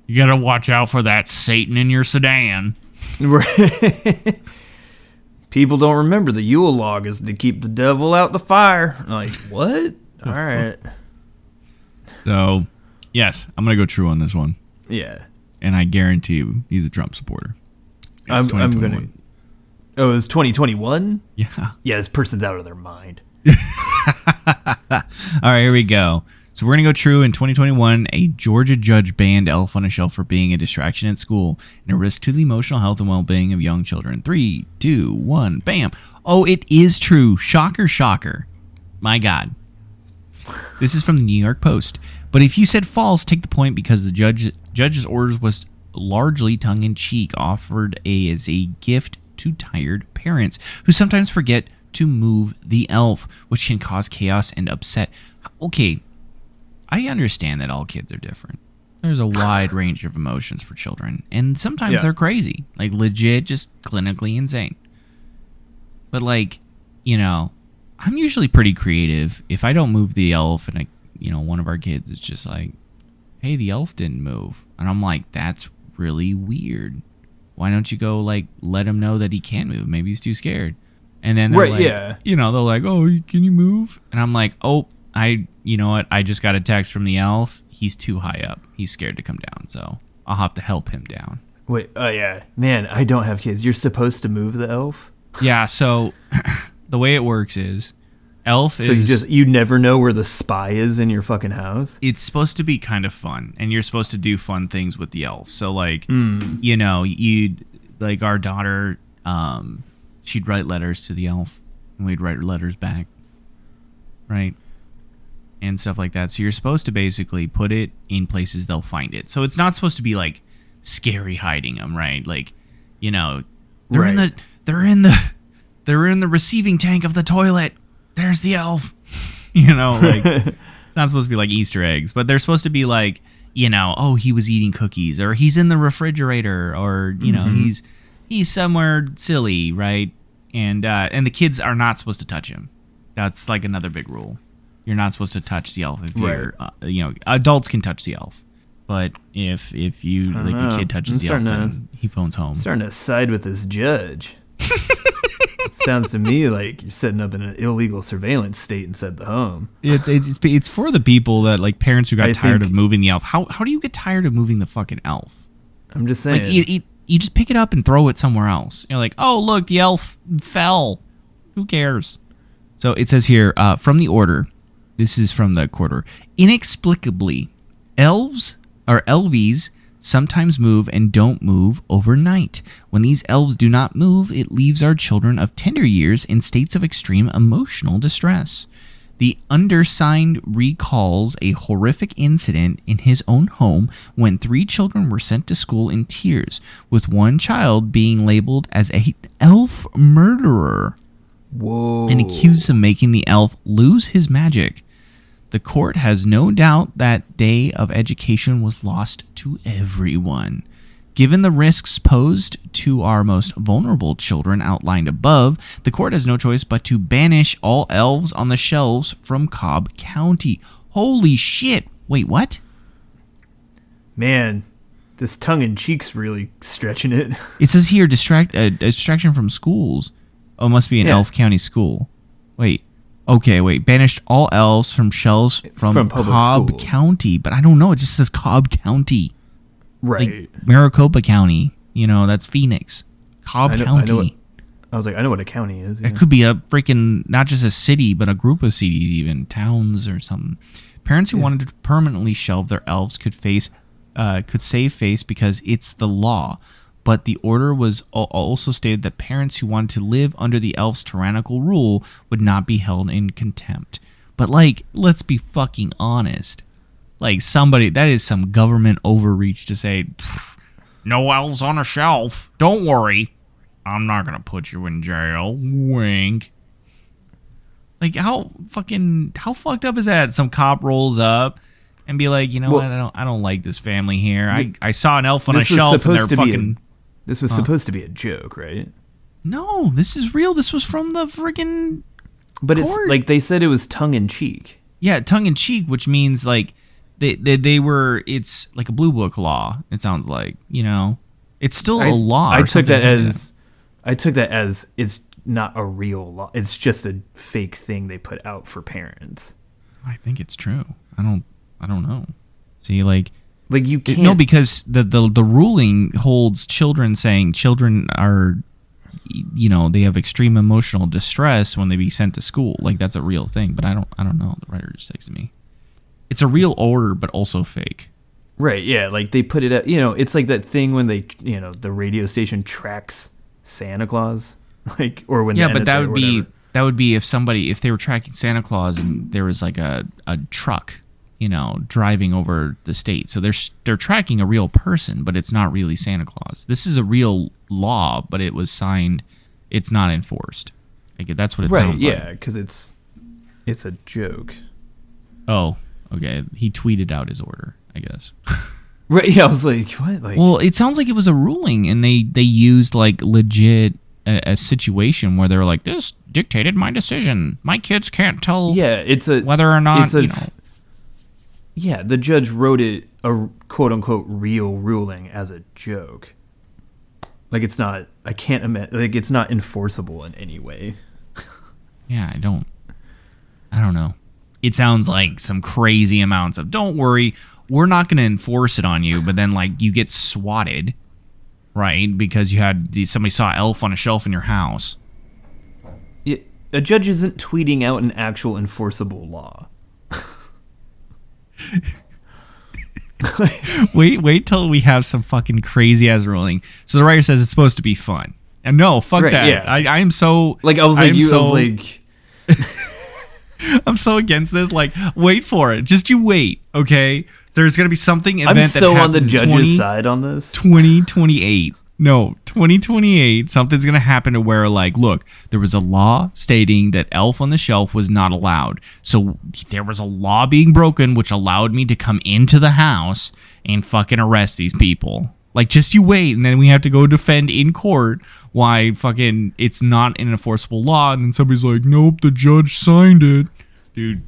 S2: You gotta watch out for that Satan in your sedan.
S4: Right. People don't remember the Yule log is to keep the devil out the fire. I'm like, what? All right.
S2: So, yes, I'm gonna go true on this one,
S4: Yeah.
S2: and I guarantee you, he's a Trump supporter.
S4: I'm, I'm going to.
S2: 2021.
S4: Oh, it was 2021?
S2: Yeah.
S4: Yeah, this person's out of their mind.
S2: All right, here we go. So we're gonna go true in 2021. A Georgia judge banned Elf on a Shelf for being a distraction at school and a risk to the emotional health and well-being of young children. Three, two, one, bam! Oh, it is true. Shocker, shocker. My God. This is from the New York Post. But if you said false, take the point because the judge judge's orders was largely tongue in cheek, offered a, as a gift to tired parents who sometimes forget to move the elf, which can cause chaos and upset. Okay, I understand that all kids are different. There's a wide range of emotions for children, and sometimes
S4: Yeah.
S2: they're crazy, like legit, just clinically insane. But like, you know, I'm usually pretty creative. If I don't move the elf, and I, you know, one of our kids is just like, "Hey, the elf didn't move," and I'm like, "That's really weird. Why don't you go like let him know that he can move? Maybe he's too scared." And then they're
S4: Right,
S2: like,
S4: yeah.
S2: you know, they're like, "Oh, can you move?" And I'm like, "Oh, I, you know what? I just got a text from the elf. He's too high up. He's scared to come down, so I'll have to help him down."
S4: Wait, oh, yeah. Man, I don't have kids. You're supposed to move the elf?
S2: Yeah. So the way it works is, elf
S4: So
S2: is
S4: you just, you never know where the spy is in your fucking house?
S2: it's supposed to be kind of fun and you're supposed to do fun things with the elf so like you know you like our daughter um she'd write letters to the elf and we'd write letters back right and stuff like that so you're supposed to basically put it in places they'll find it so it's not supposed to be like scary hiding them right like you know they're in the
S4: Right.
S2: they're in the they're in the receiving tank of the toilet there's the elf you know like it's not supposed to be like Easter eggs, but they're supposed to be like, you know, oh, he was eating cookies, or he's in the refrigerator, or you know,
S4: Mm-hmm.
S2: he's he's somewhere silly, right? And uh, and the kids are not supposed to touch him. That's like another big rule. You're not supposed to touch the elf if you're, uh, you know, adults can touch the elf, but if if you like
S4: know.
S2: a kid touches
S4: I'm
S2: the elf,
S4: starting to-
S2: then he phones home.
S4: I'm starting to side with this judge. Sounds to me like you're setting up an illegal surveillance state inside the home.
S2: It's, it's it's for the people that like parents who got
S4: I
S2: tired
S4: think-
S2: of moving the elf. How how do you get tired of moving the fucking elf?
S4: I'm just saying.
S2: Like you, you, you just pick it up and throw it somewhere else. You're like, oh look, the elf fell. Who cares? So it says here uh, from the order. This is from the quarter. Inexplicably, elves or elvies sometimes move and don't move overnight. When these elves do not move, it leaves our children of tender years in states of extreme emotional distress. The undersigned recalls a horrific incident in his own home when three children were sent to school in tears, with one child being labeled as a elf murderer
S4: Whoa.
S2: and accused of making the elf lose his magic. The court has no doubt that day of education was lost to everyone. Given the risks posed to our most vulnerable children outlined above, the court has no choice but to banish all elves on the shelves from Cobb County. Holy shit! Wait, what?
S4: Man, this tongue and cheek's really stretching it.
S2: It says here distract uh, distraction from schools. Oh, it must be an
S4: Yeah.
S2: Elf County school. Wait. Okay, wait. Banished all elves from shells from,
S4: From public
S2: Cobb
S4: schools.
S2: County, but I don't know. It just says Cobb County, like
S4: Right.
S2: Maricopa County. You know, that's Phoenix. Cobb
S4: I know- I know
S2: County.
S4: what- I was like, I know what a county is. yeah.
S2: It could be a freaking not just a city, but a group of cities, even towns or something. Parents who wanted to permanently shelve their elves could face, uh, could save face because it's the law. But the order was al- also stated that parents who wanted to live under the elves' tyrannical rule would not be held in contempt. But like, let's be fucking honest. Like somebody that is some government overreach to say, "Pfft, no elves on a shelf. Don't worry, I'm not gonna put you in jail. Wink. Like how fucking how fucked up is that? Some cop rolls up and be like, you know what? I don't I don't like this family here. I, I saw an elf on a
S4: this was
S2: shelf and they're
S4: supposed to be a-
S2: fucking.
S4: This was supposed to be a joke, right?
S2: No, this is real. This was from the friggin'
S4: But it's
S2: Court.
S4: like they said it was tongue in cheek.
S2: yeah tongue in cheek, which means like they, they they were it's like a blue book law. It sounds like you know it's still a law. or
S4: I took
S2: something
S4: that
S2: like
S4: as I took that as it's not a real law. It's just a fake thing they put out for parents.
S2: I think it's true. I don't I don't know. See like.
S4: Like you can't
S2: No, because the, the the ruling holds children saying children are, you know, they have extreme emotional distress when they be sent to school. Like that's a real thing. But I don't I don't know. The writer just texted me. It's a real order, but also fake.
S4: Right, yeah, like they put it at you know, it's like that thing when they you know, the radio station tracks Santa Claus. Like or when the
S2: Yeah, but that
S4: NSA or
S2: would be
S4: whatever.
S2: that would be if somebody if they were tracking Santa Claus and there was like a, a truck, you know, driving over the state. So they're s- they're tracking a real person, but it's not really Santa Claus. This is a real law, but it was signed. It's not enforced. Like that's what it
S4: Right,
S2: sounds like.
S4: yeah, cuz it's it's a joke.
S2: Oh, okay. He tweeted out his order, I guess.
S4: Right, yeah, I was like, what? Like
S2: Well, it sounds like it was a ruling, and they they used like legit a, a situation where they were like, "This dictated my decision. My kids can't tell
S4: yeah, it's a
S2: whether or not
S4: it's a
S2: you know."
S4: Yeah, the judge wrote it a quote unquote real ruling as a joke. Like it's not I can't imagine like it's not enforceable in any way.
S2: Yeah, I don't. I don't know. It sounds like some crazy amounts of don't worry, we're not going to enforce it on you, but then like you get swatted, right? Because you had the, somebody saw elf on a shelf in your house.
S4: It, a judge isn't tweeting out an actual enforceable law.
S2: Wait, wait till we have some fucking crazy ass ruling. So the writer says it's supposed to be fun. And no, fuck
S4: Right,
S2: that.
S4: yeah.
S2: I, I am so
S4: Like I was like
S2: am
S4: you
S2: so,
S4: I was like
S2: I'm so against this. Like, wait for it. Just you wait, okay? There's gonna be something event
S4: I'm
S2: that
S4: so on the
S2: happens in
S4: judge's
S2: 20
S4: side on this.
S2: 2028. No, 2028, something's going to happen to where, like, look, there was a law stating that Elf on the Shelf was not allowed. So there was a law being broken, which allowed me to come into the house and fucking arrest these people. Like, just you wait, and then we have to go defend in court why fucking it's not an enforceable law. And then somebody's like, nope, the judge signed it. Dude,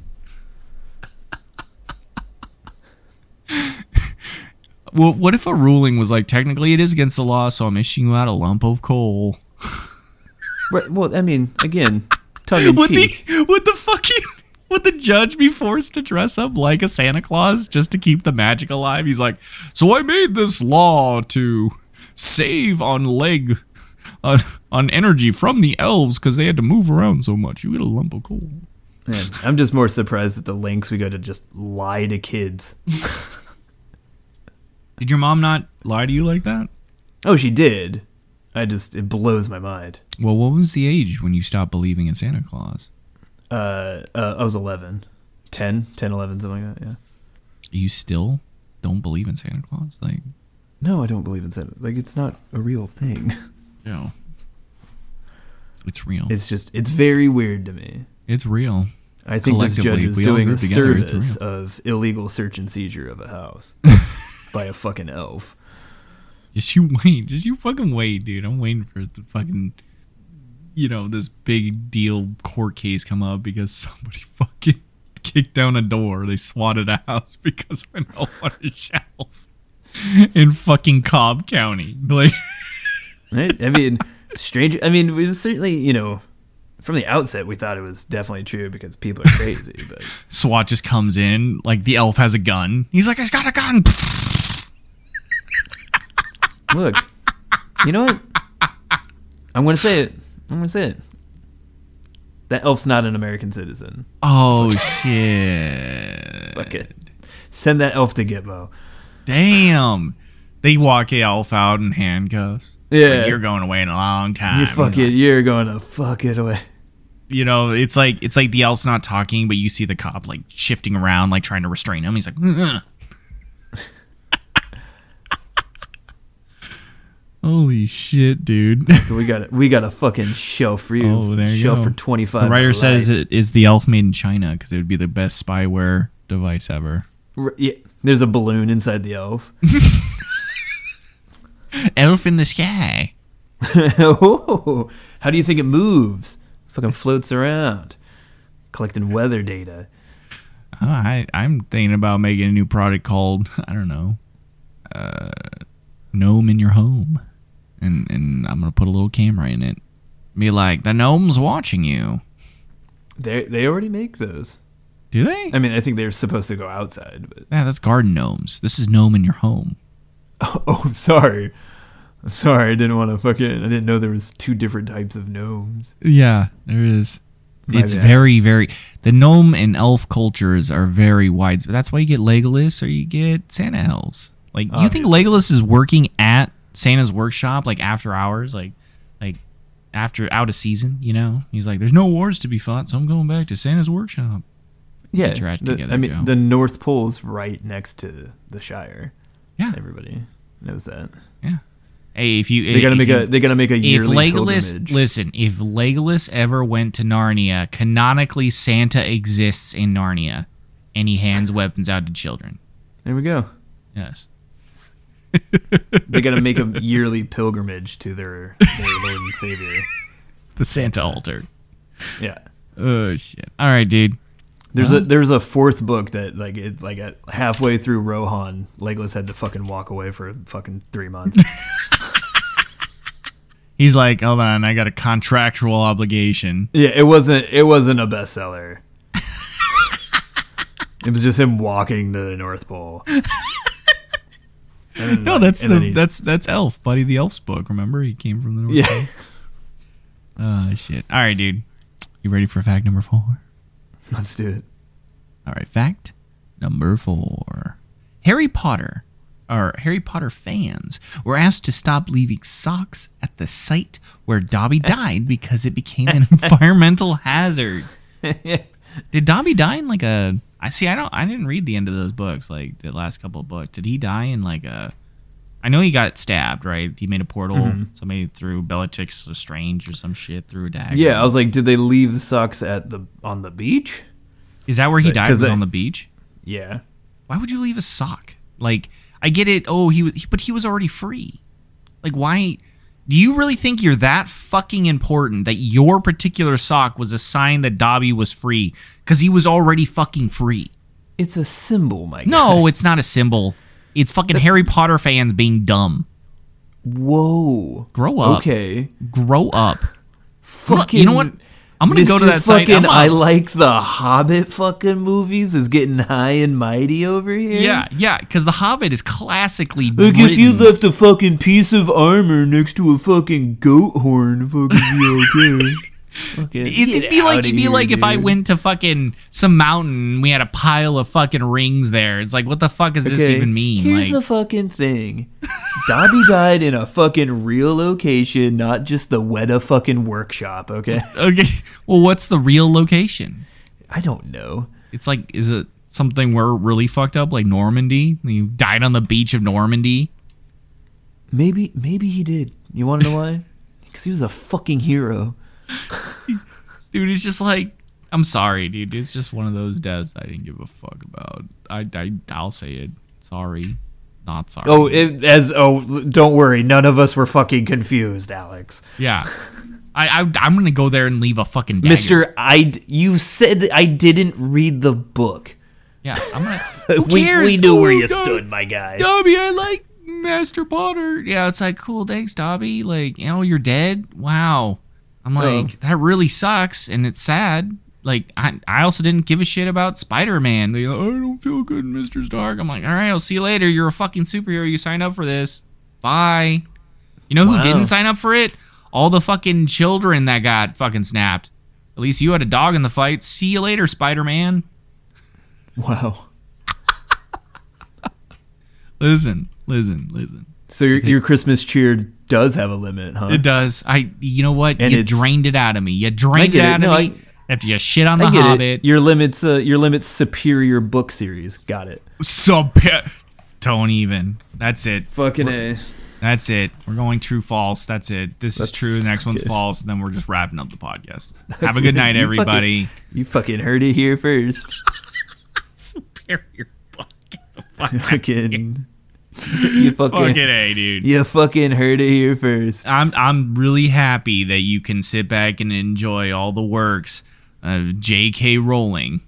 S2: Well, what if a ruling was like technically it is against the law, so I'm issuing you out a lump of coal?
S4: Right, well, I mean, again, tongue in
S2: Would
S4: cheek.
S2: the would the fucking would the judge be forced to dress up like a Santa Claus just to keep the magic alive? He's like, so I made this law to save on leg on, uh, on energy from the elves because they had to move around so much. You get a lump of coal.
S4: Man, I'm just more surprised at the lengths we go to just lie to kids.
S2: Did your mom not lie to you like that?
S4: Oh, she did. I just it blows my mind.
S2: Well, what was the age when you stopped believing in Santa Claus?
S4: Uh, uh I was 11, 10, 10, 11, something like that. Yeah.
S2: You still don't believe in Santa Claus? Like,
S4: No, I don't believe in Santa. Like it's not a real thing.
S2: no. It's real. It's,
S4: It's just it's very weird to me.
S2: real.
S4: I think this judge
S2: Collectively,
S4: is
S2: we all
S4: doing
S2: group
S4: a
S2: together, it's
S4: service of illegal search and seizure of a house by a fucking elf.
S2: Just you wait. Just you fucking wait, dude. I'm waiting for the fucking, you know, this big deal court case come up because somebody fucking kicked down a door. They swatted a house because of an elf on a shelf in fucking Cobb County. Like,
S4: Right? I mean, strange. I mean, we was certainly you know, from the outset we thought it was definitely true because people are crazy. but
S2: SWAT just comes in. Like, the elf has a gun. He's like, he's got a gun.
S4: look, you know what? I'm gonna say it. I'm gonna say it. That elf's not an American citizen.
S2: Oh shit!
S4: Fuck it. Send that elf to Gitmo.
S2: Damn. They walk the elf out in handcuffs.
S4: Yeah.
S2: Like, you're going away in a long time.
S4: You're fucking. You're going to fuck it away.
S2: you know, it's like it's like the elf's not talking, but you see the cop like shifting around, like trying to restrain him. He's like, "Ugh." holy shit, dude!
S4: We got we got a fucking shelf for you.
S2: Oh, there you
S4: shelf
S2: go.
S4: for twenty five.
S2: the writer says it is the elf made in China because it would be the best spyware device ever.
S4: yeah, there's a balloon inside the elf.
S2: Elf in the sky.
S4: oh, how do you think it moves? Fucking floats around, collecting weather data.
S2: Oh, I I'm thinking about making a new product called I don't know, uh, gnome in your home, and and I'm gonna put a little camera in it. Be like the gnome's watching you.
S4: They they already make those.
S2: Do they?
S4: I mean, I think they're supposed to go outside, but
S2: Yeah, that's garden gnomes. This is gnome in your home.
S4: oh, sorry, sorry, I didn't want to fucking. I didn't know there was two different types of gnomes.
S2: Yeah, there is.
S4: My
S2: it's
S4: bad.
S2: very very the gnome and elf cultures are very widespread. That's why you get Legolas or you get Santa elves. Like
S4: Oh,
S2: you think Legolas is working at Santa's workshop like after hours, like like after out of season, you know? He's like, There's no wars to be fought, so I'm going back to Santa's workshop.
S4: Yeah,
S2: Get your act
S4: the-
S2: together,
S4: I mean,
S2: Joe.
S4: the North Pole's right next to the Shire.
S2: Yeah.
S4: everybody knows that.
S2: Hey, if you
S4: They gotta
S2: if
S4: make
S2: you-
S4: a they gotta make a
S2: if
S4: yearly
S2: Legolas
S4: pilgrimage.
S2: listen, if Legolas ever went to Narnia, canonically Santa exists in Narnia and he hands weapons out to children.
S4: there we go.
S2: Yes.
S4: They gotta make a yearly pilgrimage to their, their Lord and Savior.
S2: The Santa altar.
S4: Yeah.
S2: Oh shit. All right, dude.
S4: There's a there's a fourth book that like it's like at halfway through Rohan, Legolas had to fucking walk away for fucking three months.
S2: He's like, hold on, I got a contractual obligation.
S4: yeah, it wasn't it wasn't a bestseller. it was just him walking to the North Pole.
S2: No, that's
S4: And then
S2: the
S4: he-
S2: that's that's Elf, buddy. The Elf's book. Remember, he came from the North.
S4: Yeah.
S2: Oh shit. All right, dude. You ready for fact number four?
S4: Let's do it.
S2: All right, fact number four. Harry Potter or Harry Potter fans were asked to stop leaving socks at the site where Dobby died because it became an environmental hazard. Did Dobby die in like a I see I don't I didn't read the end of those books, like the last couple of books. Did he die in like a I know he got stabbed, right? He made a portal.
S4: Mm-hmm.
S2: Somebody threw Bellatrix Lestrange or some shit through a dagger.
S4: Yeah, I was like, did they leave the socks at the on the beach?
S2: Is that where he died? Was
S4: 'Cause they-
S2: on the beach?
S4: Yeah.
S2: why would you leave a sock? Like, I get it. Oh, he was, but he was already free. Like, why? Do you really think you're that fucking important that your particular sock was a sign that Dobby was free? Because he was already fucking free.
S4: It's a symbol, Mike.
S2: No, it's not a symbol. It's fucking Harry Potter fans being dumb.
S4: Whoa.
S2: Grow up.
S4: Okay.
S2: Grow up.
S4: Fucking.
S2: you know what? I'm gonna
S4: Mr.
S2: go to that site. I'm
S4: fucking
S2: uh,
S4: I
S2: gonna-
S4: like the Hobbit fucking movies is getting high and mighty over here.
S2: yeah, yeah, because the Hobbit is classically
S4: Like if you
S2: written.
S4: left a fucking piece of armor next to a fucking goat horn, fucking be okay. Fucking
S2: It'd
S4: get
S2: be like
S4: outta
S2: it'd be
S4: here,
S2: like if I
S4: dude.
S2: went to fucking some mountain, and we had a pile of fucking rings there. It's like, what the fuck does this
S4: Okay,
S2: even mean?
S4: Here's
S2: like,
S4: the fucking thing. Dobby died in a fucking real location, not just the Weta fucking workshop, okay?
S2: okay, well, what's the real location?
S4: I don't know.
S2: It's like, is it something we're really fucked up, like Normandy? You died on the beach of Normandy.
S4: Maybe maybe he did. You wanna know why? Because he was a fucking hero.
S2: dude it's just like i'm sorry dude it's just one of those deaths i didn't give a fuck about i, I i'll say it sorry not sorry
S4: Oh, it, as oh, l- don't worry, none of us were fucking confused, Alex.
S2: yeah I, I i'm gonna go there and leave a fucking dagger.
S4: Mister, I d- you said I didn't read the book.
S2: yeah i'm gonna who
S4: we
S2: cares? Oh
S4: we knew where
S2: Ooh,
S4: you
S2: Dob-
S4: stood, my guy.
S2: dobby i like master potter yeah it's like cool thanks dobby like you know you're dead wow i'm like that really sucks and it's sad like I, I also didn't give a shit about Spider-Man. They, "Oh, I don't feel good, Mister Stark. I'm like, all right, I'll see you later. You're a fucking superhero. You sign up for this. Bye. You know who
S4: Wow.
S2: didn't sign up for it? All the fucking children that got fucking snapped. At least you had a dog in the fight. See you later, Spider-Man.
S4: Wow.
S2: Listen, listen, listen.
S4: So your, your Christmas cheer does have a limit, huh?
S2: It does. I. You know what?
S4: And
S2: you
S4: it's-
S2: drained it out of me. You drained
S4: I
S2: it
S4: get it.
S2: out
S4: No,
S2: of me after you shit on the
S4: I get
S2: Hobbit.
S4: it. Your limits, uh, your limits, superior book series. Got it.
S2: So bad. Don't even. That's it.
S4: Fucking a.
S2: That's it. We're going true false. That's it. This is
S4: That's-
S2: true. The next one's
S4: okay.
S2: false. And then we're just wrapping up the podcast. Have a good night,
S4: You fucking-
S2: everybody.
S4: You fucking heard it here first.
S2: Superior fucking
S4: fucking. You fucking.
S2: fucking a dude.
S4: You fucking heard it here first.
S2: I'm I'm really happy that you can sit back and enjoy all the works of J.K. Rowling.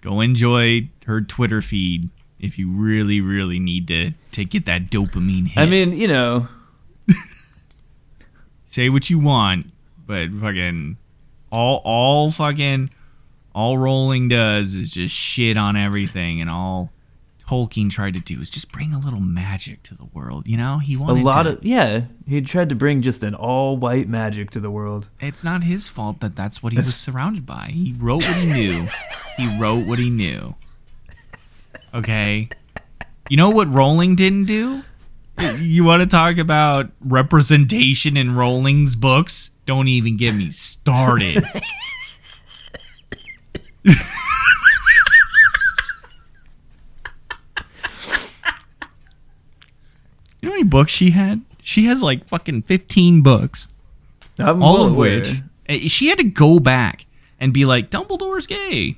S2: Go enjoy her Twitter feed if you really really need to to get that dopamine hit.
S4: I mean, you know,
S2: say what you want, but fucking all all fucking all Rowling does is just shit on everything, and all Tolkien tried to do is just bring a little magic to the world. You know, he
S4: a
S2: wanted
S4: lot
S2: to-
S4: of yeah. He tried to bring just an all-white magic to the world.
S2: It's not his fault that that's what he was surrounded by. He wrote what he knew. he wrote what he knew. Okay. You know what Rowling didn't do? You want to talk about representation in Rowling's books? Don't even get me started. you know how many books she had? She has like fucking 15 books
S4: I'm
S2: all
S4: well
S2: of
S4: aware.
S2: which eh, she had to go back and be like Dumbledore's gay,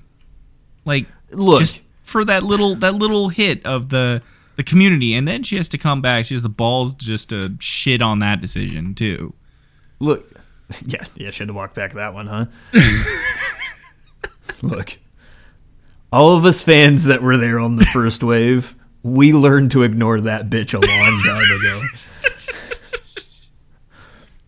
S2: like
S4: Look.
S2: just for that little that little hit of the the community, and then she has to come back. She has the balls just to shit on that decision too.
S4: Look. Yeah, yeah, she had to walk back that one, huh? Look. All of us fans that were there on the first wave, we learned to ignore that bitch a long time ago.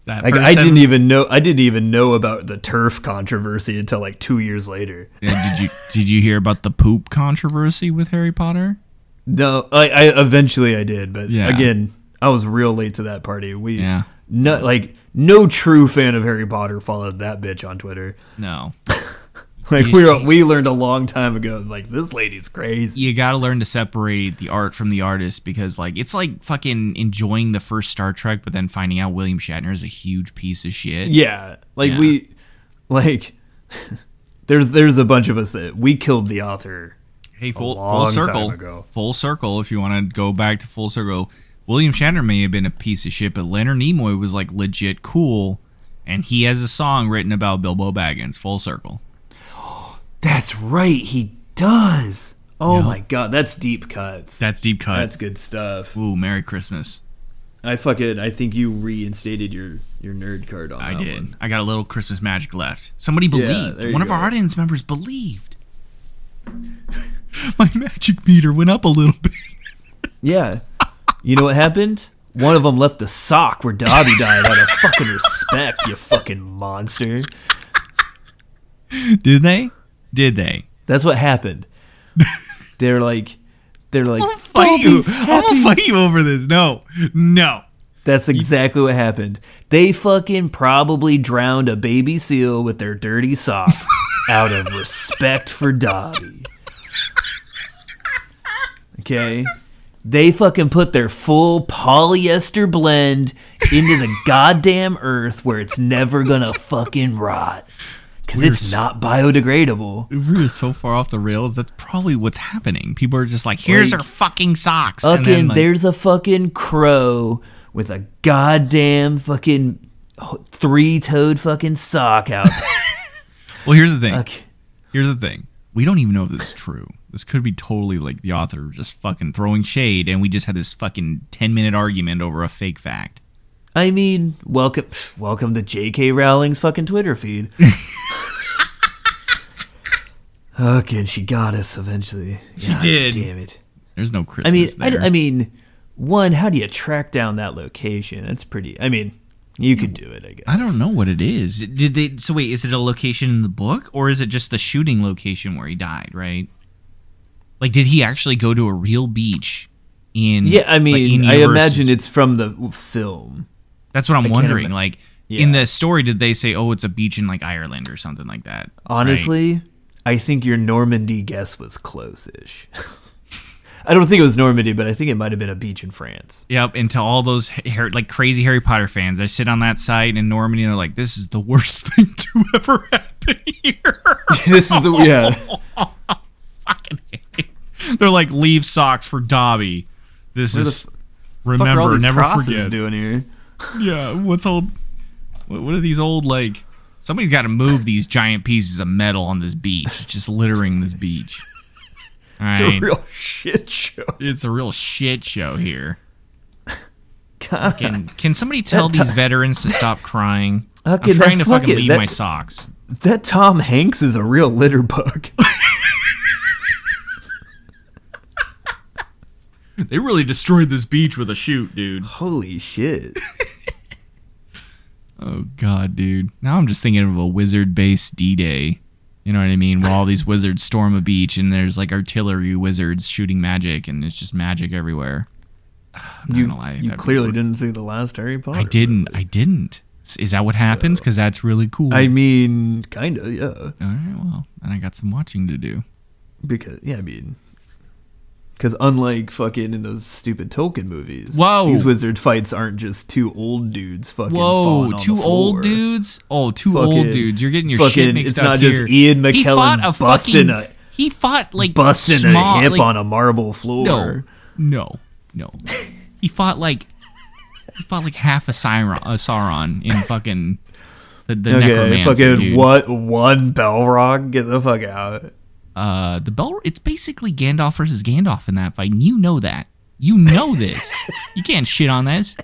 S2: That
S4: Like I
S2: person-
S4: didn't e- even know I didn't even know about the turf controversy until like 2 years later.
S2: Yeah, did you did you hear about the poop controversy with Harry Potter?
S4: No, I, I eventually I did, but
S2: Yeah.
S4: again, I was real late to that party. We
S2: Yeah.
S4: no like no true fan of Harry Potter followed that bitch on Twitter.
S2: No,
S4: Like
S2: You
S4: we were,
S2: see-
S4: we learned a long time ago like this lady's crazy.
S2: you got to learn to separate the art from the artist because like it's like fucking enjoying the first Star Trek, but then finding out William Shatner is a huge piece of shit.
S4: Yeah, like
S2: Yeah.
S4: we, like there's there's a bunch of us that we killed the author.
S2: Hey, full, full
S4: long time
S2: circle.
S4: ago.
S2: Full circle. If you want to go back to full circle, William Shatner may have been a piece of shit, but Leonard Nimoy was like legit cool, and he has a song written about Bilbo Baggins. Full circle.
S4: That's right, he does. Oh my god, that's deep cuts.
S2: That's deep cut.
S4: That's good stuff.
S2: Ooh, Merry Christmas.
S4: I fucking I think you reinstated your your nerd card on.
S2: I
S4: that
S2: did.
S4: one.
S2: I got a little Christmas magic left. Somebody believed.
S4: there you
S2: One of our
S4: go.
S2: audience members believed. My magic meter went up a little bit.
S4: Yeah. You know what happened? One of them left a sock where Dobby died out of fucking respect, you fucking monster.
S2: Did they? Did they?
S4: That's what happened. they're like, they're like,
S2: Fight you.
S4: "Dobby's
S2: I'm gonna
S4: happy."
S2: fight you over this. No. No.
S4: That's exactly what happened. They fucking probably drowned a baby seal with their dirty sock out of respect for Dobby. Okay? They fucking put their full polyester blend into the goddamn earth where it's never gonna fucking rot. Because it's not biodegradable.
S2: We're so far off the rails. That's probably what's happening. People are just like, here's
S4: Like-
S2: our fucking socks. and then,
S4: Fucking,
S2: like,
S4: there's a fucking crow with a goddamn fucking three toed fucking sock out
S2: well, here's the thing.
S4: Okay.
S2: Here's the thing. We don't even know if this is true. This could be totally like the author just fucking throwing shade, and we just had this fucking 10 minute argument over a fake fact.
S4: I mean, welcome, pff, welcome to J.K. Rowling's fucking Twitter feed. okay, and she got us eventually. She
S2: did.
S4: Damn it.
S2: There's no
S4: I mean,
S2: Christmas
S4: I,
S2: there.
S4: I mean, one, how do you track down that location? That's pretty. I mean, you could do it, I guess.
S2: I don't know what it is. Did they? So wait, is it a location in the book, or is it just the shooting location where he died? Right? Like, did he actually go to a real beach? In
S4: Yeah, I
S2: like,
S4: mean,
S2: in
S4: I
S2: universe?
S4: imagine it's from the film.
S2: That's what I'm
S4: can't
S2: wondering.
S4: ima-
S2: like
S4: Yeah.
S2: in the story, did they say, "Oh, it's a beach in like Ireland or something like that"? right?
S4: Honestly, I think your Normandy guess was close-ish. I don't think it was Normandy, but I think it might have been a beach in France.
S2: Yep, and to all those Harry, like crazy Harry Potter fans, they sit on that site in Normandy and they're like, "This is the worst thing to ever happen here."
S4: this is the yeah.
S2: Fucking hate it. they're like, "Leave socks for Dobby." This
S4: the
S2: is
S4: f-
S2: remember,
S4: Fuck are all these
S2: never
S4: crosses
S2: forget.
S4: doing here?
S2: Yeah, what's all? What, what are these old like? Somebody's got to move these giant pieces of metal on this beach. It's just littering this beach. All right,
S4: It's a real shit show.
S2: it's a real shit show here.
S4: God.
S2: Can can somebody tell these veterans to stop crying?
S4: Okay,
S2: I'm trying
S4: that-
S2: to
S4: fuck
S2: fucking
S4: it,
S2: leave
S4: that-
S2: my socks.
S4: That Tom Hanks is a real litter bug.
S2: They really destroyed this beach with a shoot, dude.
S4: Holy shit.
S2: Oh god, dude. Now I'm just thinking of a wizard-based D-Day. You know what I mean? Where all these wizards storm a beach and there's like artillery wizards shooting magic and it's just magic everywhere. I'm not
S4: You,
S2: gonna lie,
S4: you
S2: that'd be
S4: clearly
S2: cool.
S4: didn't see the last Harry Potter.
S2: I didn't. I didn't. S- Is that what happens? Because that's really cool.
S4: I mean, kinda, yeah.
S2: all right, well, and I got some watching to do.
S4: Because, yeah, I mean. Because unlike fucking in those stupid Tolkien movies,
S2: Whoa.
S4: these wizard fights aren't just two old dudes fucking.
S2: Whoa,
S4: falling on
S2: two
S4: the
S2: old
S4: floor.
S2: dudes? Oh, two
S4: Fucking-
S2: old dudes. You're getting your shit
S4: fucking-
S2: mixed
S4: it's
S2: up
S4: not
S2: here.
S4: just Ian
S2: He fought
S4: McKellen
S2: a
S4: busting
S2: fucking,
S4: a-
S2: He fought like
S4: busting
S2: small,
S4: a hip
S2: like-
S4: on a marble floor.
S2: No, no, no. he fought like he fought like half a Sauron, a Sauron in fucking the, the
S4: Okay,
S2: necromancer
S4: fucking
S2: dude.
S4: what one Belrog? Get the fuck out.
S2: Uh, the bell. It's basically Gandalf versus Gandalf in that fight. and You know that. You know this. you can't shit on this.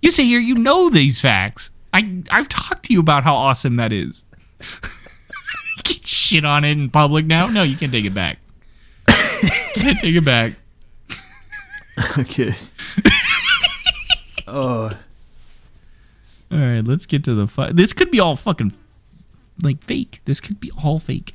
S2: You sit here. You know these facts. I I've talked to you about how awesome that is. you can't shit on it in public now. No, you can't take it back. can't take it back.
S4: Okay.
S2: All right, let's get to the fight. This could be all fucking like fake. This could be all fake.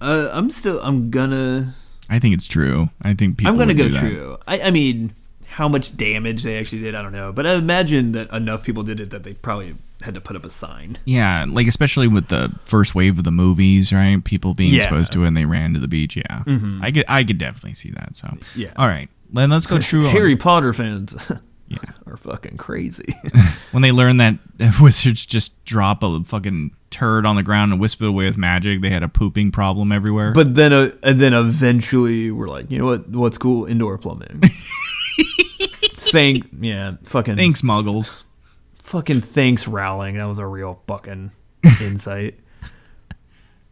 S4: Uh, I'm still. I'm gonna.
S2: I think it's true. I think people.
S4: I'm gonna
S2: would
S4: go
S2: do that.
S4: true. I, I mean, how much damage they actually did, I don't know. But I imagine that enough people did it that they probably had to put up a sign.
S2: Yeah, like especially with the first wave of the movies, right? People being
S4: Yeah. Mm-hmm.
S2: exposed to it and they ran to the beach. Yeah, I could I could definitely see that. So
S4: Yeah.
S2: all right, then let's go true. on-
S4: Uh, Harry Potter fans
S2: Yeah.
S4: are fucking crazy.
S2: when they learned that wizards just drop a fucking turd on the ground and wisp it away with magic, they had a pooping problem everywhere.
S4: but then, uh, and then eventually, we're like, you know what? What's cool? Indoor plumbing. Thank yeah, fucking
S2: thanks, muggles.
S4: fucking thanks, Rowling. That was a real fucking insight.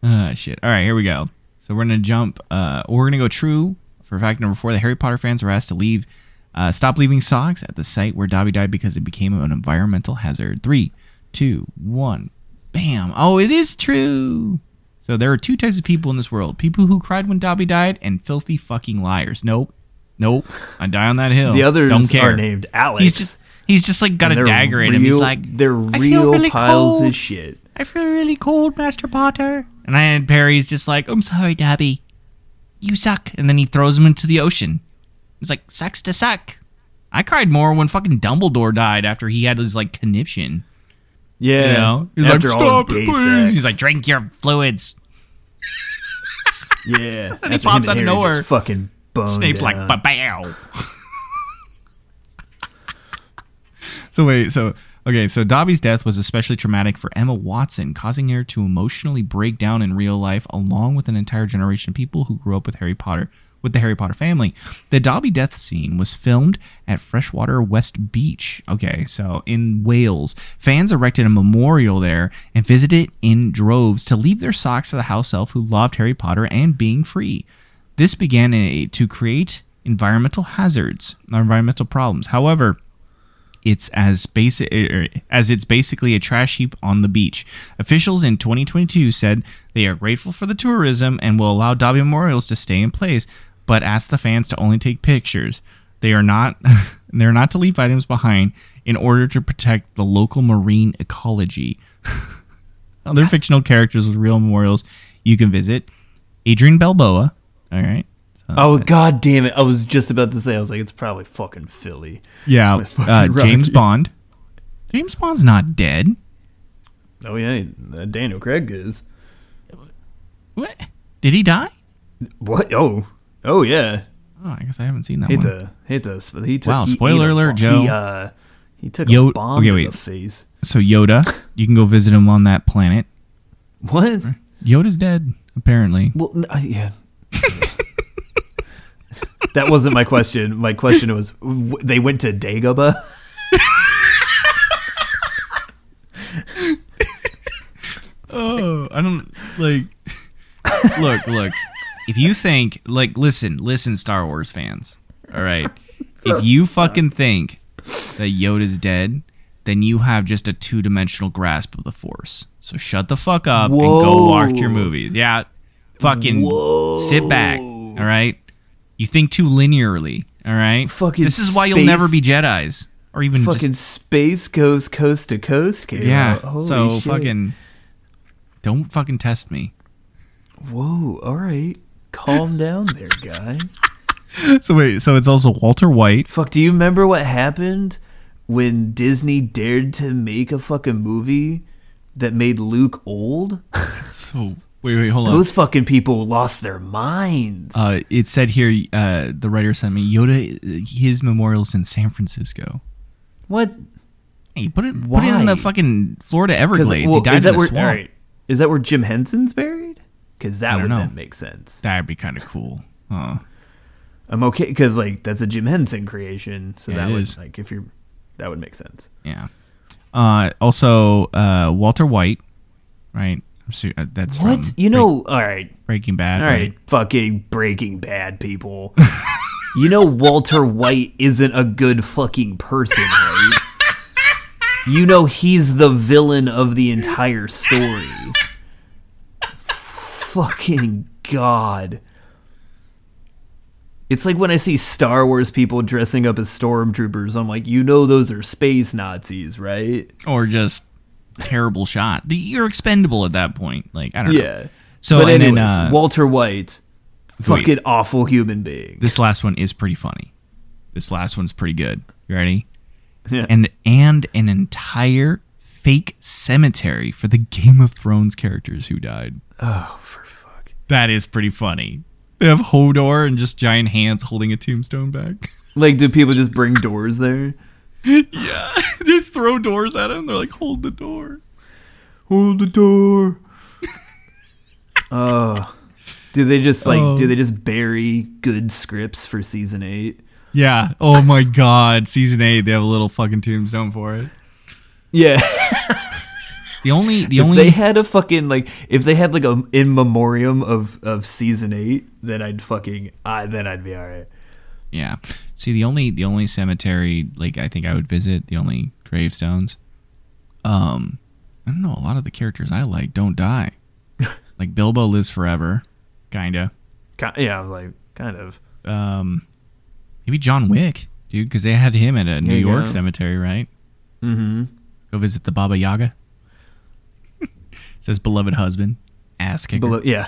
S2: Ah, shit. All right, here we go. So we're gonna jump. Uh, we're gonna go true for fact number four. The Harry Potter fans were asked to leave, uh, stop leaving socks at the site where Dobby died because it became an environmental hazard. Three, two, one, bam! Oh, it is true. So there are two types of people in this world: people who cried when Dobby died, and filthy fucking liars. Nope, nope. I die on that hill.
S4: The others
S2: Oh, Don't care.
S4: are named Alex.
S2: He's just he's just like got
S4: and
S2: a
S4: they're
S2: dagger in him. He's
S4: real-
S2: like
S4: they're
S2: "I
S4: real
S2: feel really
S4: piles
S2: cold.
S4: of shit.
S2: I feel really cold, Master Potter. And then Perry's just like, I'm sorry, Dobby. You suck. And then he throws him into the ocean. It's like, sucks to suck. I cried more when fucking Dumbledore died after he had his like conniption.
S4: Yeah.
S2: You know? He's
S4: After
S2: like,
S4: all his
S2: stop it,
S4: gay
S2: please.
S4: sex.
S2: He's like, drink your fluids. he
S4: yeah. After
S2: pops
S4: him
S2: out of
S4: and Harry
S2: nowhere.
S4: just Fucking boned
S2: Snape's
S4: down.
S2: like, ba so wait, so okay, so Dobby's death was especially traumatic for Emma Watson, causing her to emotionally break down in real life, along with an entire generation of people who grew up with Harry Potter. With the Harry Potter family, the Dobby death scene was filmed at Freshwater West Beach. Okay, so in Wales, fans erected a memorial there and visited in droves to leave their socks for the house elf who loved Harry Potter and being free. This began a, to create environmental hazards, environmental problems. However, it's as basic er, as it's basically a trash heap on the beach. Officials in 2022 said they are grateful for the tourism and will allow Dobby memorials to stay in place, but ask the fans to only take pictures. They are not they're not to leave items behind in order to protect the local marine ecology. Other fictional characters with real memorials you can visit. Adrian Balboa. All right. So-
S4: Oh god damn it! I was just about to say. I was like, it's probably fucking Philly.
S2: Yeah,
S4: With fucking
S2: uh, James
S4: Rocky.
S2: Bond. James Bond's not dead.
S4: Oh yeah, uh, Daniel Craig is.
S2: What? Did he die?
S4: What? Oh, oh yeah.
S2: Oh, I guess I haven't seen that
S4: Hit
S2: one.
S4: the hit the sp- he took.
S2: Wow,
S4: he
S2: spoiler
S4: ate a
S2: alert,
S4: bomb-
S2: Joe.
S4: He, uh, he took
S2: Yo-
S4: a bomb
S2: okay,
S4: to
S2: wait.
S4: the face.
S2: So Yoda, you can go visit him on that planet.
S4: What?
S2: Yoda's dead, apparently.
S4: Well, n- I- yeah. that wasn't my question. My question was, w- they went to Dagobah.
S2: Oh, I don't like. look, look. If you think, like, listen, listen, Star Wars fans. All right. If you fucking think that Yoda's dead, then you have just a two dimensional grasp of the Force. So shut the fuck up and go watch your movies. Yeah. Fucking sit back. All right. You think too linearly. All right.
S4: Fucking
S2: This is why you'll
S4: space-
S2: never be Jedi's or even just
S4: fucking space goes coast to coast. Came
S2: yeah.
S4: out. Holy
S2: so
S4: shit.
S2: fucking don't fucking test me.
S4: Whoa! All right, calm down there, guy.
S2: So wait, so it's also Walter White.
S4: Fuck, do you remember what happened when Disney dared to make a fucking movie that made Luke old?
S2: So wait, wait, hold
S4: Those fucking people lost their minds.
S2: on. Uh, it said here, uh, the writer sent me Yoda. uh, His memorial's in San Francisco.
S4: what?
S2: Hey, put it, put it in the
S4: Why?
S2: fucking Florida
S4: 'Cause,
S2: Everglades.
S4: well,
S2: he died
S4: is
S2: in
S4: that
S2: the
S4: where?
S2: swamp.
S4: alright, Is that where Jim Henson's buried? Because
S2: I
S4: that
S2: don't
S4: would
S2: know.
S4: then make sense.
S2: That'd be kind of cool. Huh.
S4: I'm okay because like that's a Jim Henson creation, so
S2: Yeah,
S4: that
S2: it
S4: would
S2: is.
S4: like if you're that would make sense.
S2: Yeah. Uh, also, uh, Walter White, right? I'm su- uh, that's from
S4: What? You know? All right.
S2: Break- Breaking Bad.
S4: All right, fucking Breaking Bad people. you know Walter White isn't a good fucking person, right? You know he's the villain of the entire story. fucking god. It's like when I see Star Wars people dressing up as stormtroopers, I'm like, you know those are space Nazis, right?
S2: Or just terrible shot. The- You're expendable at that point. Like I don't know.
S4: Yeah.
S2: So
S4: but
S2: and
S4: anyways,
S2: then, uh,
S4: Walter White, fucking awful human being.
S2: This last one is pretty funny. This last one's pretty good. You ready?
S4: Yeah.
S2: And and an entire fake cemetery for the Game of Thrones characters who died.
S4: Oh, for fuck.
S2: That is pretty funny. They have Hodor and just giant hands holding a tombstone back.
S4: Like, do people just bring doors there?
S2: just throw doors at him. They're like, hold the door.
S4: Hold the door. oh, do they just like?
S2: Oh.
S4: Do they just bury good scripts for season eight?
S2: Yeah. Oh my god. Season eight, they have a little fucking tombstone for it.
S4: Yeah.
S2: The only the
S4: if
S2: only
S4: they had a fucking like, if they had like a in memoriam of of season eight, then I'd fucking, I then I'd be all right.
S2: Yeah. See, the only the only cemetery like I think I would visit, the only gravestones. Um, I don't know. A lot of the characters I like don't die. like Bilbo lives forever, kinda.
S4: Ki- Yeah, I'm like kind of.
S2: Um, maybe John Wick, dude, because they had him at a New
S4: you
S2: York
S4: go.
S2: cemetery, right?
S4: Mm-hmm.
S2: Go visit the Baba Yaga. Says beloved husband. ass kicker.
S4: Belo- yeah.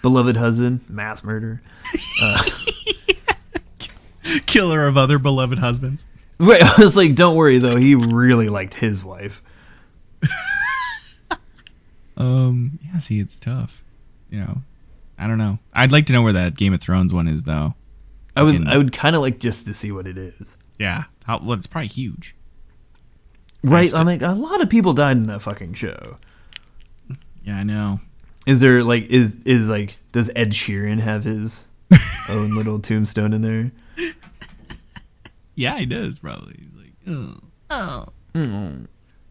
S4: Beloved husband, mass murder.
S2: Killer of other beloved husbands.
S4: Wait, I was like, don't worry though, he really liked his wife.
S2: Um, yeah, see, it's tough. You know, I don't know. I'd like to know where that Game of Thrones one is, though.
S4: I would
S2: Fucking-
S4: I would kind of like just to see what it is.
S2: Yeah. well, it's probably huge.
S4: Right? I mean, a lot of people died in that fucking show.
S2: Yeah, I know.
S4: Is there like is is like does Ed Sheeran have his own little tombstone in there?
S2: Yeah, he does probably. He's like, oh,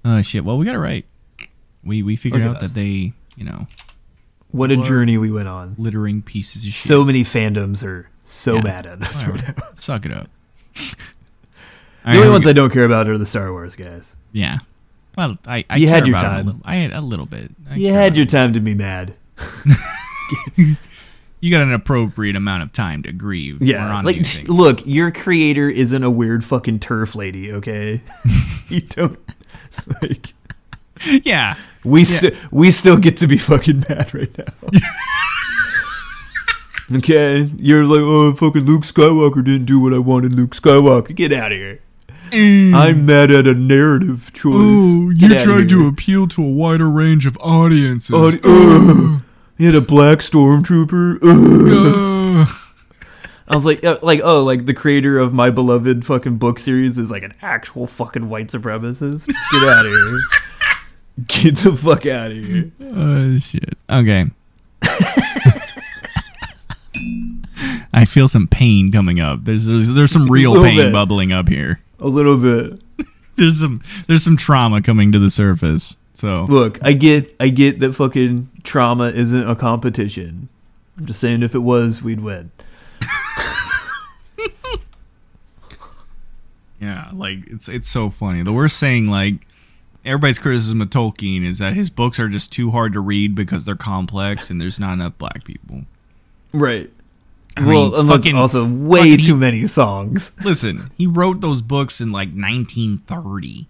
S2: oh, shit. Well, we got it right. We we figured
S4: Look at
S2: out that
S4: us.
S2: they, you know,
S4: What a journey we went on.
S2: littering pieces of shit.
S4: So many fandoms are so
S2: Yeah.
S4: mad at us.
S2: Whatever.
S4: right now.
S2: Suck it up.
S4: The only ones I don't care about are the Star Wars guys.
S2: yeah. Well, I, I
S4: You
S2: care
S4: had your
S2: about it
S4: time.
S2: A little, I had a little bit. I
S4: You
S2: care
S4: had
S2: about
S4: your
S2: it.
S4: time to be mad.
S2: You got an appropriate amount of time to grieve. We're
S4: Yeah,
S2: on
S4: like
S2: these
S4: t-
S2: things.
S4: look, your creator isn't a weird fucking turf lady, okay? you don't like
S2: yeah.
S4: we st- we still get to be fucking mad right now. okay, you're like, oh, fucking Luke Skywalker didn't do what I wanted. Luke Skywalker, get out of here. I'm mad at a narrative choice. Get outta here.
S2: appeal to a wider range of audiences.
S4: Oh, ugh. He had a black stormtrooper. Ugh. I was like, uh, like, oh, like the creator of my beloved fucking book series is like an actual fucking white supremacist. Get out of here. Get the fuck out of here.
S2: Oh shit. Okay. I feel some pain coming up. There's there's, there's some real
S4: Little
S2: pain
S4: bit.
S2: bubbling up here.
S4: A little bit.
S2: There's some there's some trauma coming to the surface. So
S4: Look, I get, I get that fucking trauma isn't a competition. I'm just saying, if it was, we'd win.
S2: yeah, like it's it's so funny. The worst saying like everybody's criticism of Tolkien is that his books are just too hard to read because they're complex and there's not enough black people.
S4: Right.
S2: I
S4: well,
S2: mean,
S4: unless
S2: fucking-
S4: also way
S2: fucking-
S4: too many songs.
S2: Listen, he wrote those books in like 1930.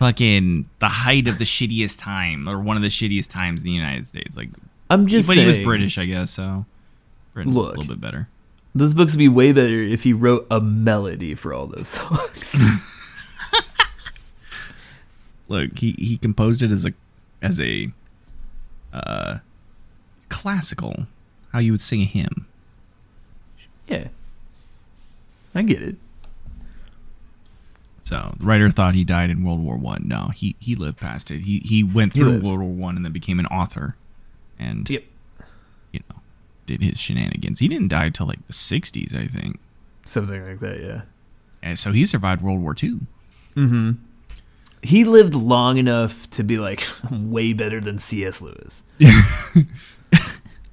S2: Fucking the height of the shittiest time, or one of the shittiest times in the United States. Like,
S4: I'm just
S2: but
S4: saying.
S2: he was British, I guess. So Britain's
S4: Look.
S2: a little bit better.
S4: Those books would be way better if he wrote a melody for all those songs.
S2: Look, he he composed it as a as a uh classical, how you would sing a hymn.
S4: yeah. I get it.
S2: So the writer thought he died in World War One. No, he he lived past it. He he went
S4: He
S2: through
S4: lived.
S2: World War One and then became an author, and
S4: Yep.
S2: you know did his shenanigans. He didn't die till like the '60s, I think.
S4: Something like that, yeah.
S2: And so he survived World War II.
S4: He lived long enough to be like I'm way better than C.S. Lewis.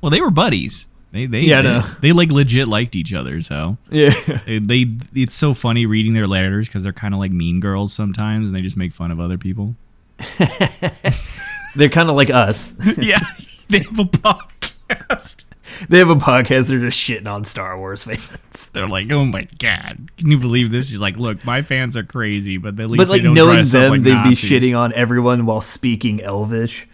S2: Well, they were buddies. They they
S4: Yeah, I
S2: they,
S4: know.
S2: they, like legit liked each other. So
S4: Yeah.
S2: they, they it's so funny reading their letters because they're kind of like mean girls sometimes, and they just make fun of other people.
S4: They're kind of like us.
S2: yeah, they have a podcast.
S4: They have a podcast. They're just shitting on Star Wars fans.
S2: They're like, oh my god, can you believe this? She's like, look, my fans are crazy, but at least
S4: But like
S2: they don't
S4: knowing
S2: dress up
S4: them,
S2: like
S4: they'd
S2: Nazis.
S4: be shitting on everyone while speaking Elvish.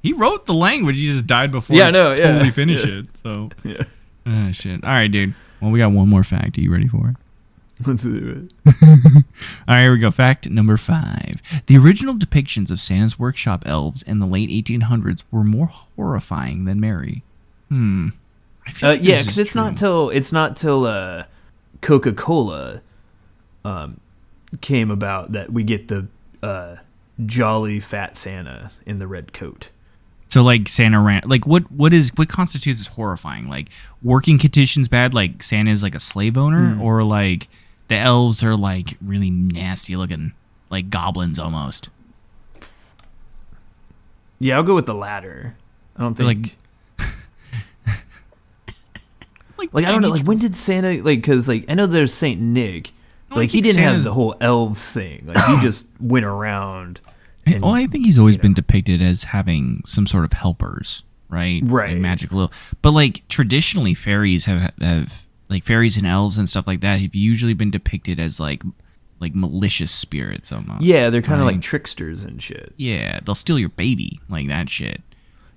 S2: He wrote the language. He just died before.
S4: Yeah, I
S2: he
S4: know, yeah.
S2: totally finish it. So yeah, shit. All right, dude. Well, we got one more fact. Are you ready for it?
S4: Let's do it.
S2: All right, here we go. Fact number five. The original depictions of Santa's workshop elves in the late 1800s were more horrifying than Mary. Hmm. I feel
S4: Uh,
S2: like
S4: yeah,
S2: this
S4: because
S2: is
S4: it's not
S2: true.
S4: till it's not till uh, Coca Cola um, came about that we get the uh, jolly fat Santa in the red coat.
S2: so like Santa ran like what what is what constitutes as horrifying? Like working conditions bad, like Santa is like a slave owner,
S4: Hmm.
S2: or like the elves are like really nasty looking, like goblins almost.
S4: Yeah, I'll go with the latter. I don't
S2: They're
S4: think
S2: like like,
S4: like I don't know
S2: tiny
S4: like when did Santa like because like I know there's Saint Nick, but
S2: I
S4: like he
S2: think
S4: didn't have
S2: Santa-
S4: the whole elves thing. Like he just went around. And,
S2: well, Oh, I think he's always been depicted as having some sort of helpers, right?
S4: Right.
S2: Like magical. But like traditionally, fairies have have like fairies and elves and stuff like that have usually been depicted as like like malicious spirits almost.
S4: Yeah, they're kind of
S2: Right.
S4: like tricksters and shit.
S2: Yeah, they'll steal your baby, like that shit.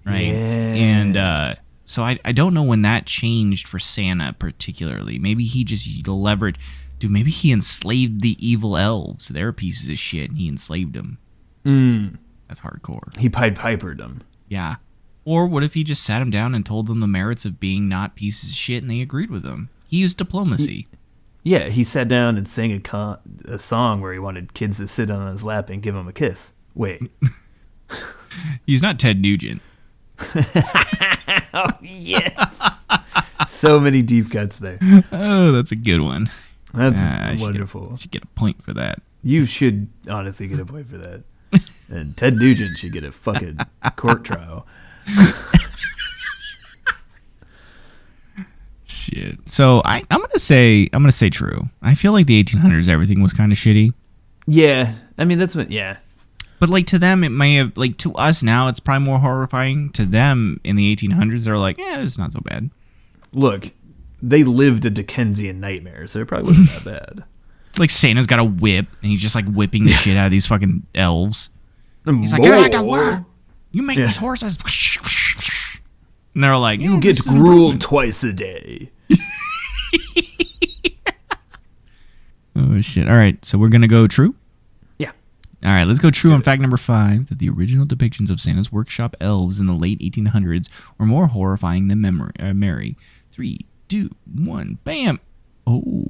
S2: Right?
S4: Yeah.
S2: And uh so I I don't know when that changed for Santa particularly. Maybe he just leveraged dude, maybe he enslaved the evil elves. They're pieces of shit and he enslaved them.
S4: Hmm.
S2: That's hardcore.
S4: He Pied Pipered them.
S2: Yeah. Or what if he just sat him down and told them the merits of being not pieces of shit and they agreed with him? He used diplomacy.
S4: Yeah, he sat down and sang a, con- a song where he wanted kids to sit on his lap and give him a kiss. Wait.
S2: He's not Ted Nugent.
S4: so many deep cuts there.
S2: Oh, that's a good one.
S4: That's
S2: Ah, I should get-
S4: wonderful.
S2: should get a point for that.
S4: You should honestly get a point for that. And Ted Nugent should get a fucking court trial.
S2: Shit. So I, I'm gonna say I'm gonna say true. I feel like the 1800s everything was kind of shitty,
S4: Yeah, I mean that's what. Yeah,
S2: but like to them it may have like to us now it's probably more horrifying. To them in the 1800s they're like, yeah, it's not so bad.
S4: look, they lived a Dickensian nightmare, so it probably wasn't that bad.
S2: It's like Santa's got a whip and he's just like whipping the shit out of these fucking elves. He's like,
S4: Whoa.
S2: "Get back to work. You make
S4: Yeah.
S2: these horses. And they're like,
S4: you
S2: "Yeah,
S4: get
S2: this is
S4: grueled twice a day.
S2: Oh shit! All right, so we're gonna go true.
S4: Yeah.
S2: All right, let's go true on fact number five that the original depictions of Santa's workshop elves in the late 1800s were more horrifying than memory, uh, Mary. Three, two, one, bam. Oh,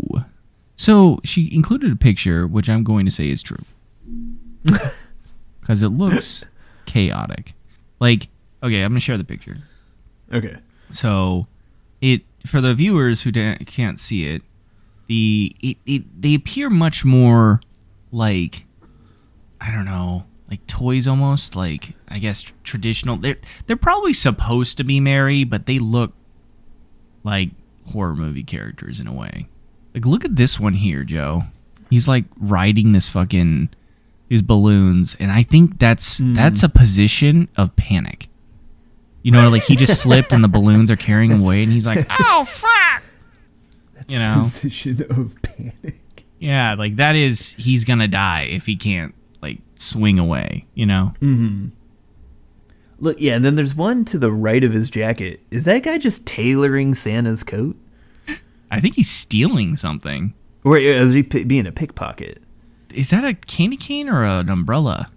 S2: so she included a picture, which I'm going to say is true, because it looks chaotic. Like, okay, I'm gonna share the picture.
S4: Okay,
S2: So it for the viewers who da- can't see it, the it, it they appear much more like I don't know, like toys almost, like I guess tr- traditional. They're they're probably supposed to be merry, but they look like horror movie characters in a way. Like look at this one here, Joe. He's like riding this fucking these balloons, and I think that's that's a position of panic. You know, like he just slipped and the balloons are carrying him away, and he's like, "Oh fuck!" you know,
S4: position of panic.
S2: yeah, like that is he's gonna die if he can't like swing away. You know,
S4: Mm. Look, yeah, and then there's one to the right of his jacket. Is that guy just tailoring Santa's coat,
S2: I think he's stealing something.
S4: or is he p- being a pickpocket?
S2: Is that a candy cane or an umbrella?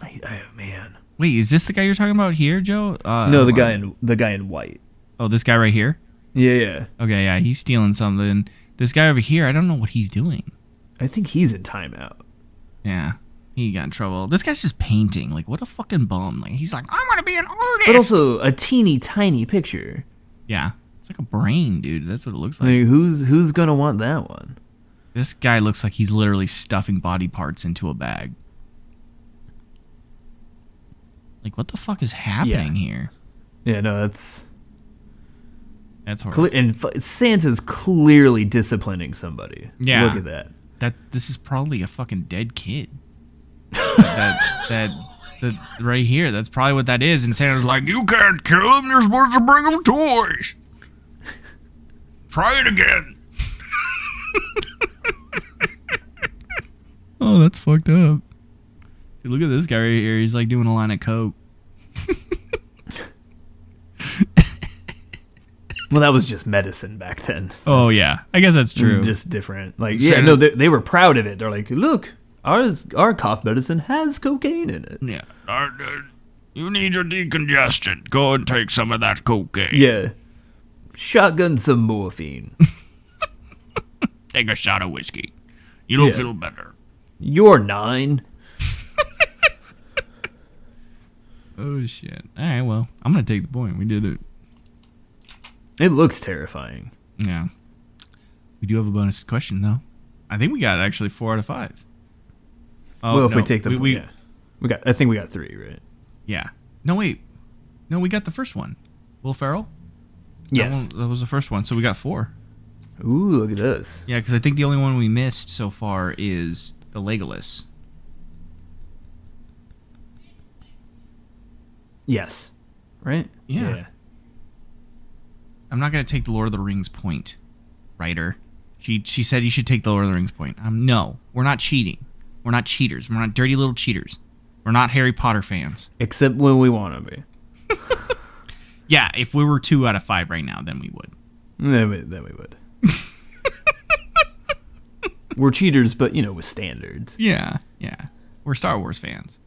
S4: I, oh man,
S2: Wait, is this the guy you're talking about here, Joe? Uh,
S4: no, the
S2: what?
S4: guy in the guy in white.
S2: Oh, this guy right here.
S4: Yeah, yeah.
S2: Okay, yeah, he's stealing something. This guy over here, I don't know what he's doing.
S4: I think he's in timeout.
S2: Yeah, he got in trouble. This guy's just painting. Like, what a fucking bum. Like, he's like, "Oh I'm gonna be an artist.
S4: But also a teeny tiny picture.
S2: yeah, it's like a brain, dude. That's what it looks like.
S4: Like, who's who's gonna want that one?
S2: This guy looks like he's literally stuffing body parts into a bag. Like, what the fuck is happening here?
S4: Yeah, no, that's
S2: That's horrible.
S4: cle and f- Santa's clearly disciplining somebody.
S2: Yeah.
S4: look at that.
S2: that this is probably a fucking dead kid. that that, that right here. That's probably what that is. And Santa's like, you can't kill him. You're supposed to bring him toys. Try it again. oh, that's fucked up. Dude, look at this guy right here. He's like doing a line of coke.
S4: Well, that was just medicine back then.
S2: Oh yeah, I guess that's
S4: It was
S2: true.
S4: just different. Like, yeah,
S2: Santa-
S4: no, they, they were proud of it. They're like, look, ours, our cough medicine has cocaine in it.
S2: yeah. you need your decongestant. Go and take some of that cocaine.
S4: Yeah, shotgun some morphine.
S2: Take a shot of whiskey. You'll
S4: Yeah. feel
S2: better.
S4: You're nine.
S2: Oh shit! All right, well, I'm gonna take the point. We did it.
S4: It looks terrifying.
S2: Yeah. We do have a bonus question though. I think we got actually four out of five. Oh,
S4: well, if we
S2: no,
S4: take the,
S2: we,
S4: yeah. we got. I think we got three, right?
S2: yeah. No wait, no, we got the first one. Will Ferrell. That
S4: Yes.
S2: one- that was the first one. So we got four.
S4: Ooh, look at us.
S2: Yeah, because I think the only one we missed so far is the Legolas.
S4: Yes. Right?
S2: Yeah. I'm not gonna take the Lord of the Rings point, writer. She she said you should take the Lord of the Rings point. Um, no, we're not cheating. We're not cheaters. We're not dirty little cheaters. We're not Harry Potter fans.
S4: Except when we want to be.
S2: Yeah, if we were two out of five right now, then we would.
S4: Then we, then we would. We're cheaters, but you know, with standards.
S2: Yeah, yeah. We're Star Wars fans.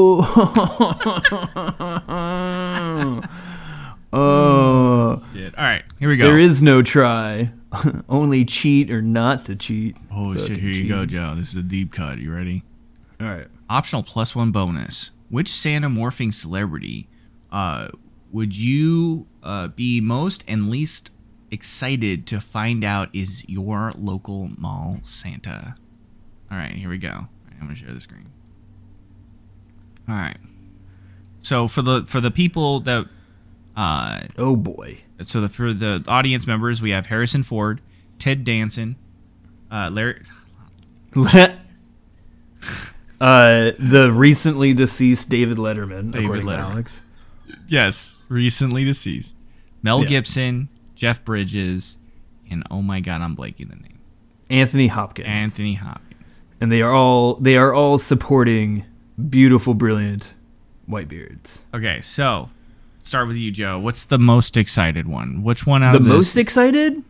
S4: Oh. oh.
S2: All right, here we go.
S4: There is no try. Only cheat or not to cheat.
S2: Holy shit,
S4: Fucking
S2: here you go,
S4: cheaters.
S2: Joe. This is a deep cut. You ready?
S4: All right.
S2: Optional plus one bonus. Which Sandomorphing celebrity uh, would you uh, be most and least excited to find out is your local mall Santa? All right, here we go. All right, I'm going to share the screen. All right. So for the for the people that uh,
S4: Oh boy.
S2: so the, for the audience members, we have Harrison Ford, Ted Danson, uh, Larry.
S4: uh, the recently deceased David Letterman,
S2: David
S4: according
S2: Letterman.
S4: to Alex.
S2: Yes, recently deceased. Mel
S4: Yeah.
S2: Gibson, Jeff Bridges, and oh my god, I'm blanking the name.
S4: Anthony Hopkins.
S2: Anthony Hopkins.
S4: And they are all they are all supporting beautiful, brilliant white beards.
S2: Okay, so start with you, Joe. What's the most excited one? Which one out
S4: The
S2: of this-
S4: most excited?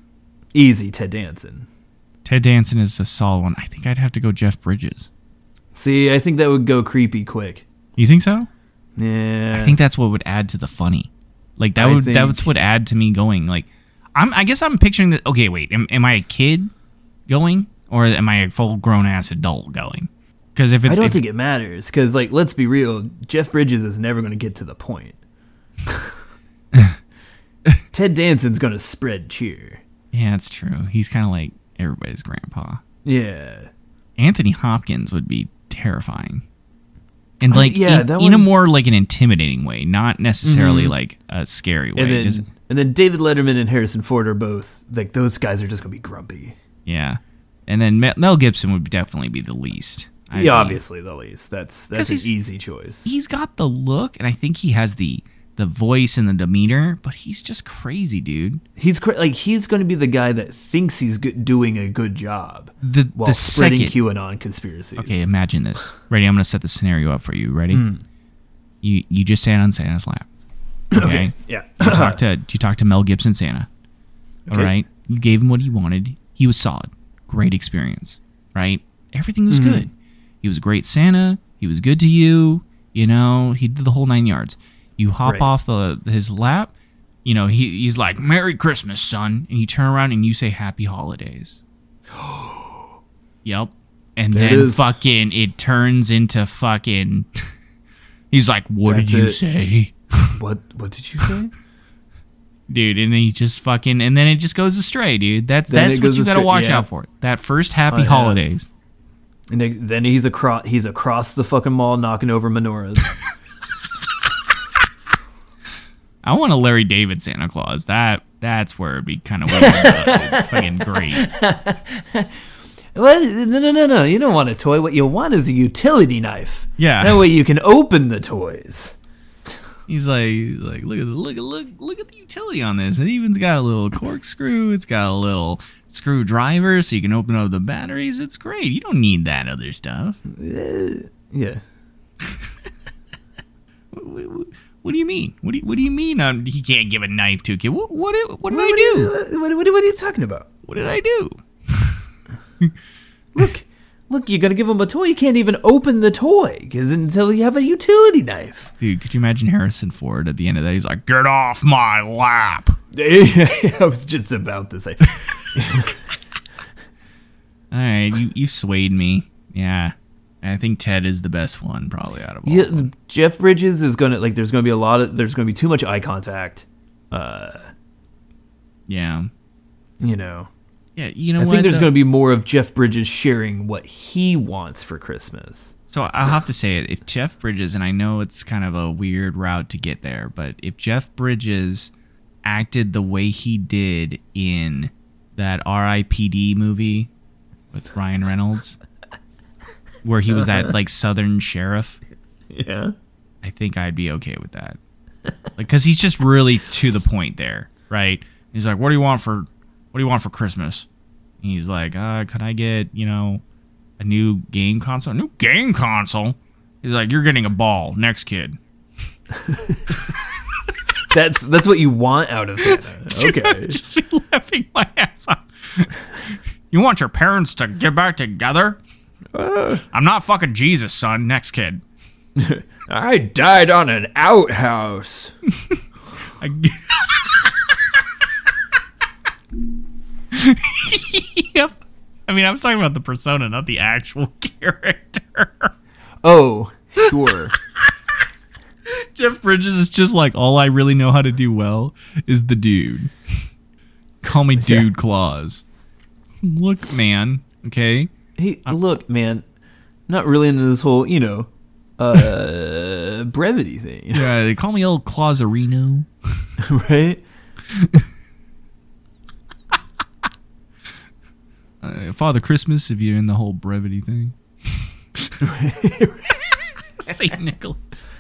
S4: Easy, Ted Danson.
S2: Ted Danson is a solid one. I think I'd have to go Jeff Bridges.
S4: See, I think that would go creepy quick.
S2: You think so?
S4: Yeah.
S2: I think that's what would add to the funny. Like that
S4: I
S2: would
S4: think-
S2: that's what add to me going. Like I'm I guess I'm picturing that okay, wait, am, am I a kid going or am I a full grown ass adult going? Cuz if it's
S4: I don't
S2: if-
S4: think it matters because, like, let's be real. Jeff Bridges is never going to get to the point. Ted Danson's going to spread cheer.
S2: Yeah, it's true. He's kind of like everybody's grandpa.
S4: Yeah,
S2: Anthony Hopkins would be terrifying. And
S4: I-
S2: like
S4: yeah,
S2: in,
S4: that
S2: in a
S4: one-
S2: more like an intimidating way, not necessarily like a scary way.
S4: and
S2: It
S4: then
S2: doesn't-
S4: and then David Letterman and Harrison Ford are both like those guys are just going to be grumpy.
S2: yeah. And then Mel- Mel Gibson would definitely be the least. I
S4: yeah,
S2: think.
S4: obviously the least. That's that's an
S2: he's-
S4: easy choice.
S2: he's got the look and I think he has the the voice and the demeanor, but he's just crazy, dude.
S4: He's cra- like he's going to be the guy that thinks he's go- doing a good job
S2: The
S4: while
S2: the
S4: spreading
S2: second
S4: QAnon conspiracies.
S2: Okay, imagine this. Ready? I'm gonna set the scenario up for you. Ready?
S4: Hmm.
S2: You you just sat on Santa's lap. Okay.
S4: Yeah.
S2: you talked to you talked to Mel Gibson Santa. All
S4: Okay.
S2: right. You gave him what he wanted. He was solid. Great experience. Right? Everything was
S4: Mm-hmm.
S2: good. He was a great Santa. He was good to you. You know, he did the whole nine yards. You hop
S4: Right.
S2: off the his lap, you know, he, he's like, Merry Christmas, son. And you turn around and you say happy holidays. yep. And
S4: There it
S2: then
S4: is.
S2: fucking it turns into fucking He's like, What
S4: That's
S2: did you
S4: it.
S2: say?
S4: What what did you say?
S2: dude, and then he just fucking, and then it just goes astray, dude. That's
S4: Then
S2: that's
S4: it
S2: what
S4: goes
S2: you gotta
S4: astray,
S2: watch
S4: yeah. Oh,
S2: out for. That first happy
S4: yeah.
S2: holidays.
S4: And they- then he's across he's across the fucking mall knocking over menorahs.
S2: I want a Larry David Santa Claus. That that's where it'd be kind of fucking great.
S4: well, no, no, no, no. You don't want a toy. What you want is a utility knife.
S2: Yeah.
S4: That way you can open the toys.
S2: He's like, he's like look at the, look at look look at the utility on this. It even's got a little corkscrew. It's got a little screwdriver, so you can open up the batteries. It's great. You don't need that other stuff.
S4: Yeah.
S2: What, what- what do you mean? What do you, what do you mean? Um, he can't give a knife to a kid. What what did- what did I do?
S4: What, what, what are you talking about?
S2: What did I do?
S4: Look, look. You're gonna give him a toy. You can't even open the toy 'cause until you have a utility knife.
S2: Dude, could you imagine Harrison Ford at the end of that? He's like, "Get off my lap."
S4: I was just about to say.
S2: All right, you you swayed me. Yeah, I think Ted is the best one probably out of all.
S4: Yeah, Jeff Bridges is gonna like. There's gonna be a lot of. There's gonna be too much eye contact.
S2: yeah,
S4: You know.
S2: yeah. You know
S4: I
S2: what?
S4: think there's
S2: though?
S4: going to be more of Jeff Bridges sharing what he wants for Christmas.
S2: So I'll have to say it. If Jeff Bridges, and I know it's kind of a weird route to get there, but if Jeff Bridges acted the way he did in that R.I.P.D. movie with Ryan Reynolds, where he was that like Southern sheriff,
S4: Yeah.
S2: I think I'd be okay with that. Like, cause he's just really to the point there, right? He's like, "What do you want for, what do you want for Christmas? And he's like, uh, could I get, you know, a new game console? New game console? He's like, you're getting a ball. Next kid.
S4: That's that's what you want out of Santa. Okay.
S2: Just be laughing my ass off. you want your parents to get back together? I'm not fucking Jesus, son. Next kid.
S4: I died on an outhouse.
S2: I- yep. I mean, I was talking about the persona, not the actual character.
S4: Oh, sure.
S2: Jeff Bridges is just like all I really know how to do well is the dude. Call me dude claws. Look, man. Okay.
S4: hey, look, man. Not really into this whole, you know, uh brevity thing,
S2: Yeah, they call me old Clauserino.
S4: right?
S2: Uh, Father Christmas, if you're in the whole brevity thing. St. Nicholas.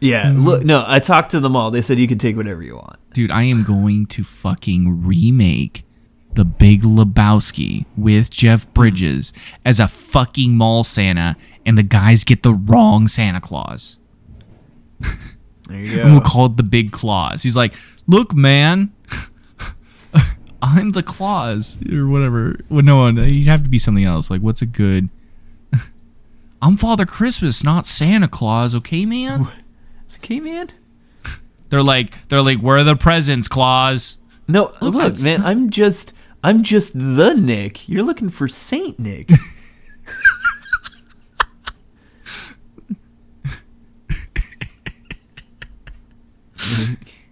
S4: Yeah. Look, no, I talked to them all. They said you could take whatever you want.
S2: Dude, I am going to fucking remake The Big Lebowski with Jeff Bridges as a fucking mall Santa, and the guys get the wrong Santa Claus.
S4: There you
S2: And we'll
S4: go.
S2: call it the Big Claus. He's like, look, man. I'm the Claus or whatever. Well, no, you'd have to be something else. Like, what's a good? I'm Father Christmas, not Santa Claus. Okay, man.
S4: Okay, man.
S2: They're like, they're like, where are the presents, Claus?
S4: No, look,
S2: that's-
S4: man, I'm just I'm just the Nick. You're looking for Saint Nick.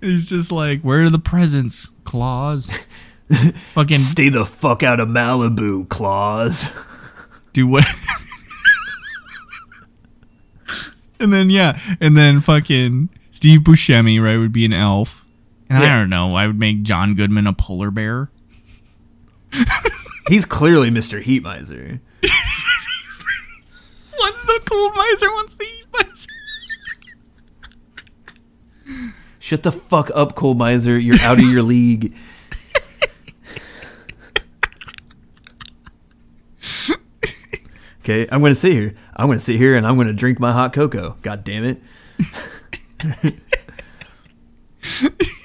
S2: He's just like, where are the presents, Claus? Fucking
S4: Stay the fuck out of Malibu, Claus.
S2: do what? and then yeah, and then fucking Steve Buscemi, right, would be an elf. And I don't know, I would make John Goodman a polar bear.
S4: He's clearly Mr. Heat Miser.
S2: One's the cold miser, one's the heat miser.
S4: Shut the fuck up, Cold Miser. You're out of your league. okay, I'm gonna sit here. I'm gonna sit here and I'm gonna drink my hot cocoa. God damn it.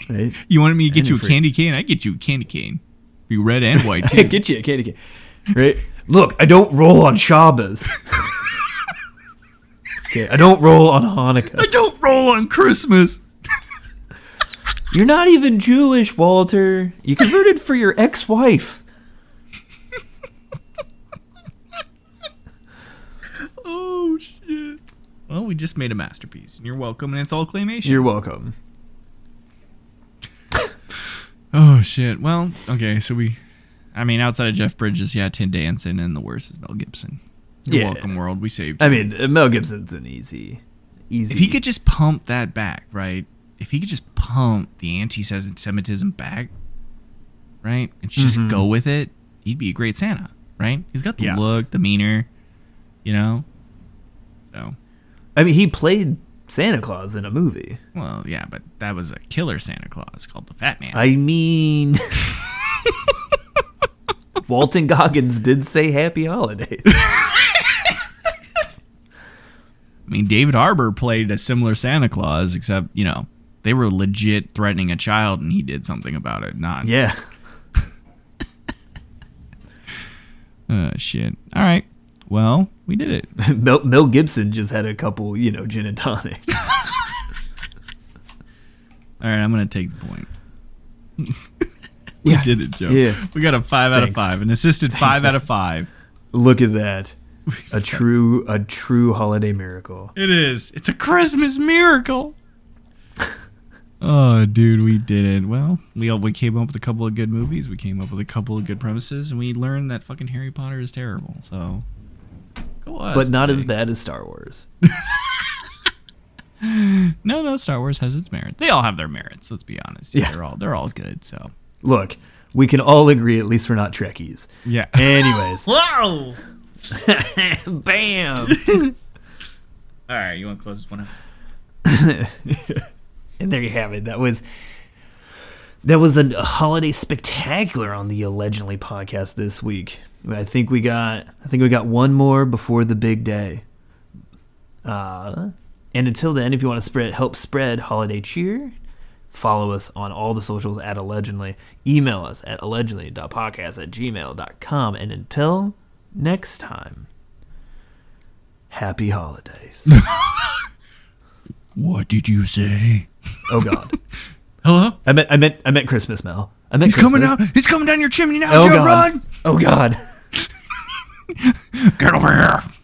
S4: right?
S2: You wanted me to get you a
S4: Antifreeze.
S2: candy cane? I get you a candy cane. Be red and white too.
S4: Get you a candy cane. Right? Look, I don't roll on Shabbos. okay, I don't roll on Hanukkah.
S2: don't roll on Christmas.
S4: You're not even Jewish, Walter. You converted for your ex-wife.
S2: Oh shit. Well, we just made a masterpiece, and you're welcome, and it's all claymation.
S4: You're welcome.
S2: Oh shit. Well, okay, so we I mean outside of Jeff Bridges, yeah, Tim Danson and the worst is Mel Gibson. You're
S4: Yeah.
S2: welcome world, we saved
S4: I mean, uh, Mel Gibson's an easy, easy.
S2: If he could just pump that back, right? If he could just pump the anti Semitism back, right? And just go with it, he'd be a great Santa, right? He's got the
S4: Yeah.
S2: look, the meaner, you know? So,
S4: I mean, he played Santa Claus in a movie.
S2: well, yeah, but that was a killer Santa Claus called the Fat Man.
S4: I mean, Walton Goggins did say "Happy Holidays."
S2: I mean, David Arbor played a similar Santa Claus, except, you know, they were legit threatening a child and he did something about it. Not,
S4: yeah,
S2: uh, shit. All right. Well, we did it.
S4: Mel, Mel Gibson just had a couple, you know, gin and tonic.
S2: All right. I'm going to take the point.
S4: yeah,
S2: Did it, Joe?
S4: Yeah.
S2: We got a five out of
S4: Thanks.
S2: five, an assisted five out of five.
S4: look at that. A true, a true holiday miracle.
S2: It is. It's a Christmas miracle. oh, dude, we did it. Well, we all, we came up with a couple of good movies. We came up with a couple of good premises, and we learned that fucking Harry Potter is terrible. So, go us.
S4: But not as bad as Star Wars.
S2: No, no, Star Wars has its merit. They all have their merits. Let's be honest. Yeah,
S4: Yeah.
S2: they're all they're all good. So,
S4: Look, we can all agree at least we're not Trekkies.
S2: yeah.
S4: Anyways,
S2: Whoa. All
S4: bam.
S2: right, you want to close this one up?
S4: And there you have it. That was That was a holiday spectacular on the allegedly podcast this week. I think we got I think we got one more before the big day. Uh, and until then, if you want to spread help spread holiday cheer, follow us on all the socials at allegedly. Email us at allegedly.podcast at gmail.com. And until next time, happy holidays.
S2: What did you say?
S4: oh God.
S2: Hello?
S4: I meant I meant I meant Christmas, Mel. I meant
S2: He's coming
S4: Christmas.
S2: down. Oh, He's coming down your chimney now,
S4: Oh
S2: Joe.
S4: God.
S2: Run!
S4: Oh God.
S2: Get over here.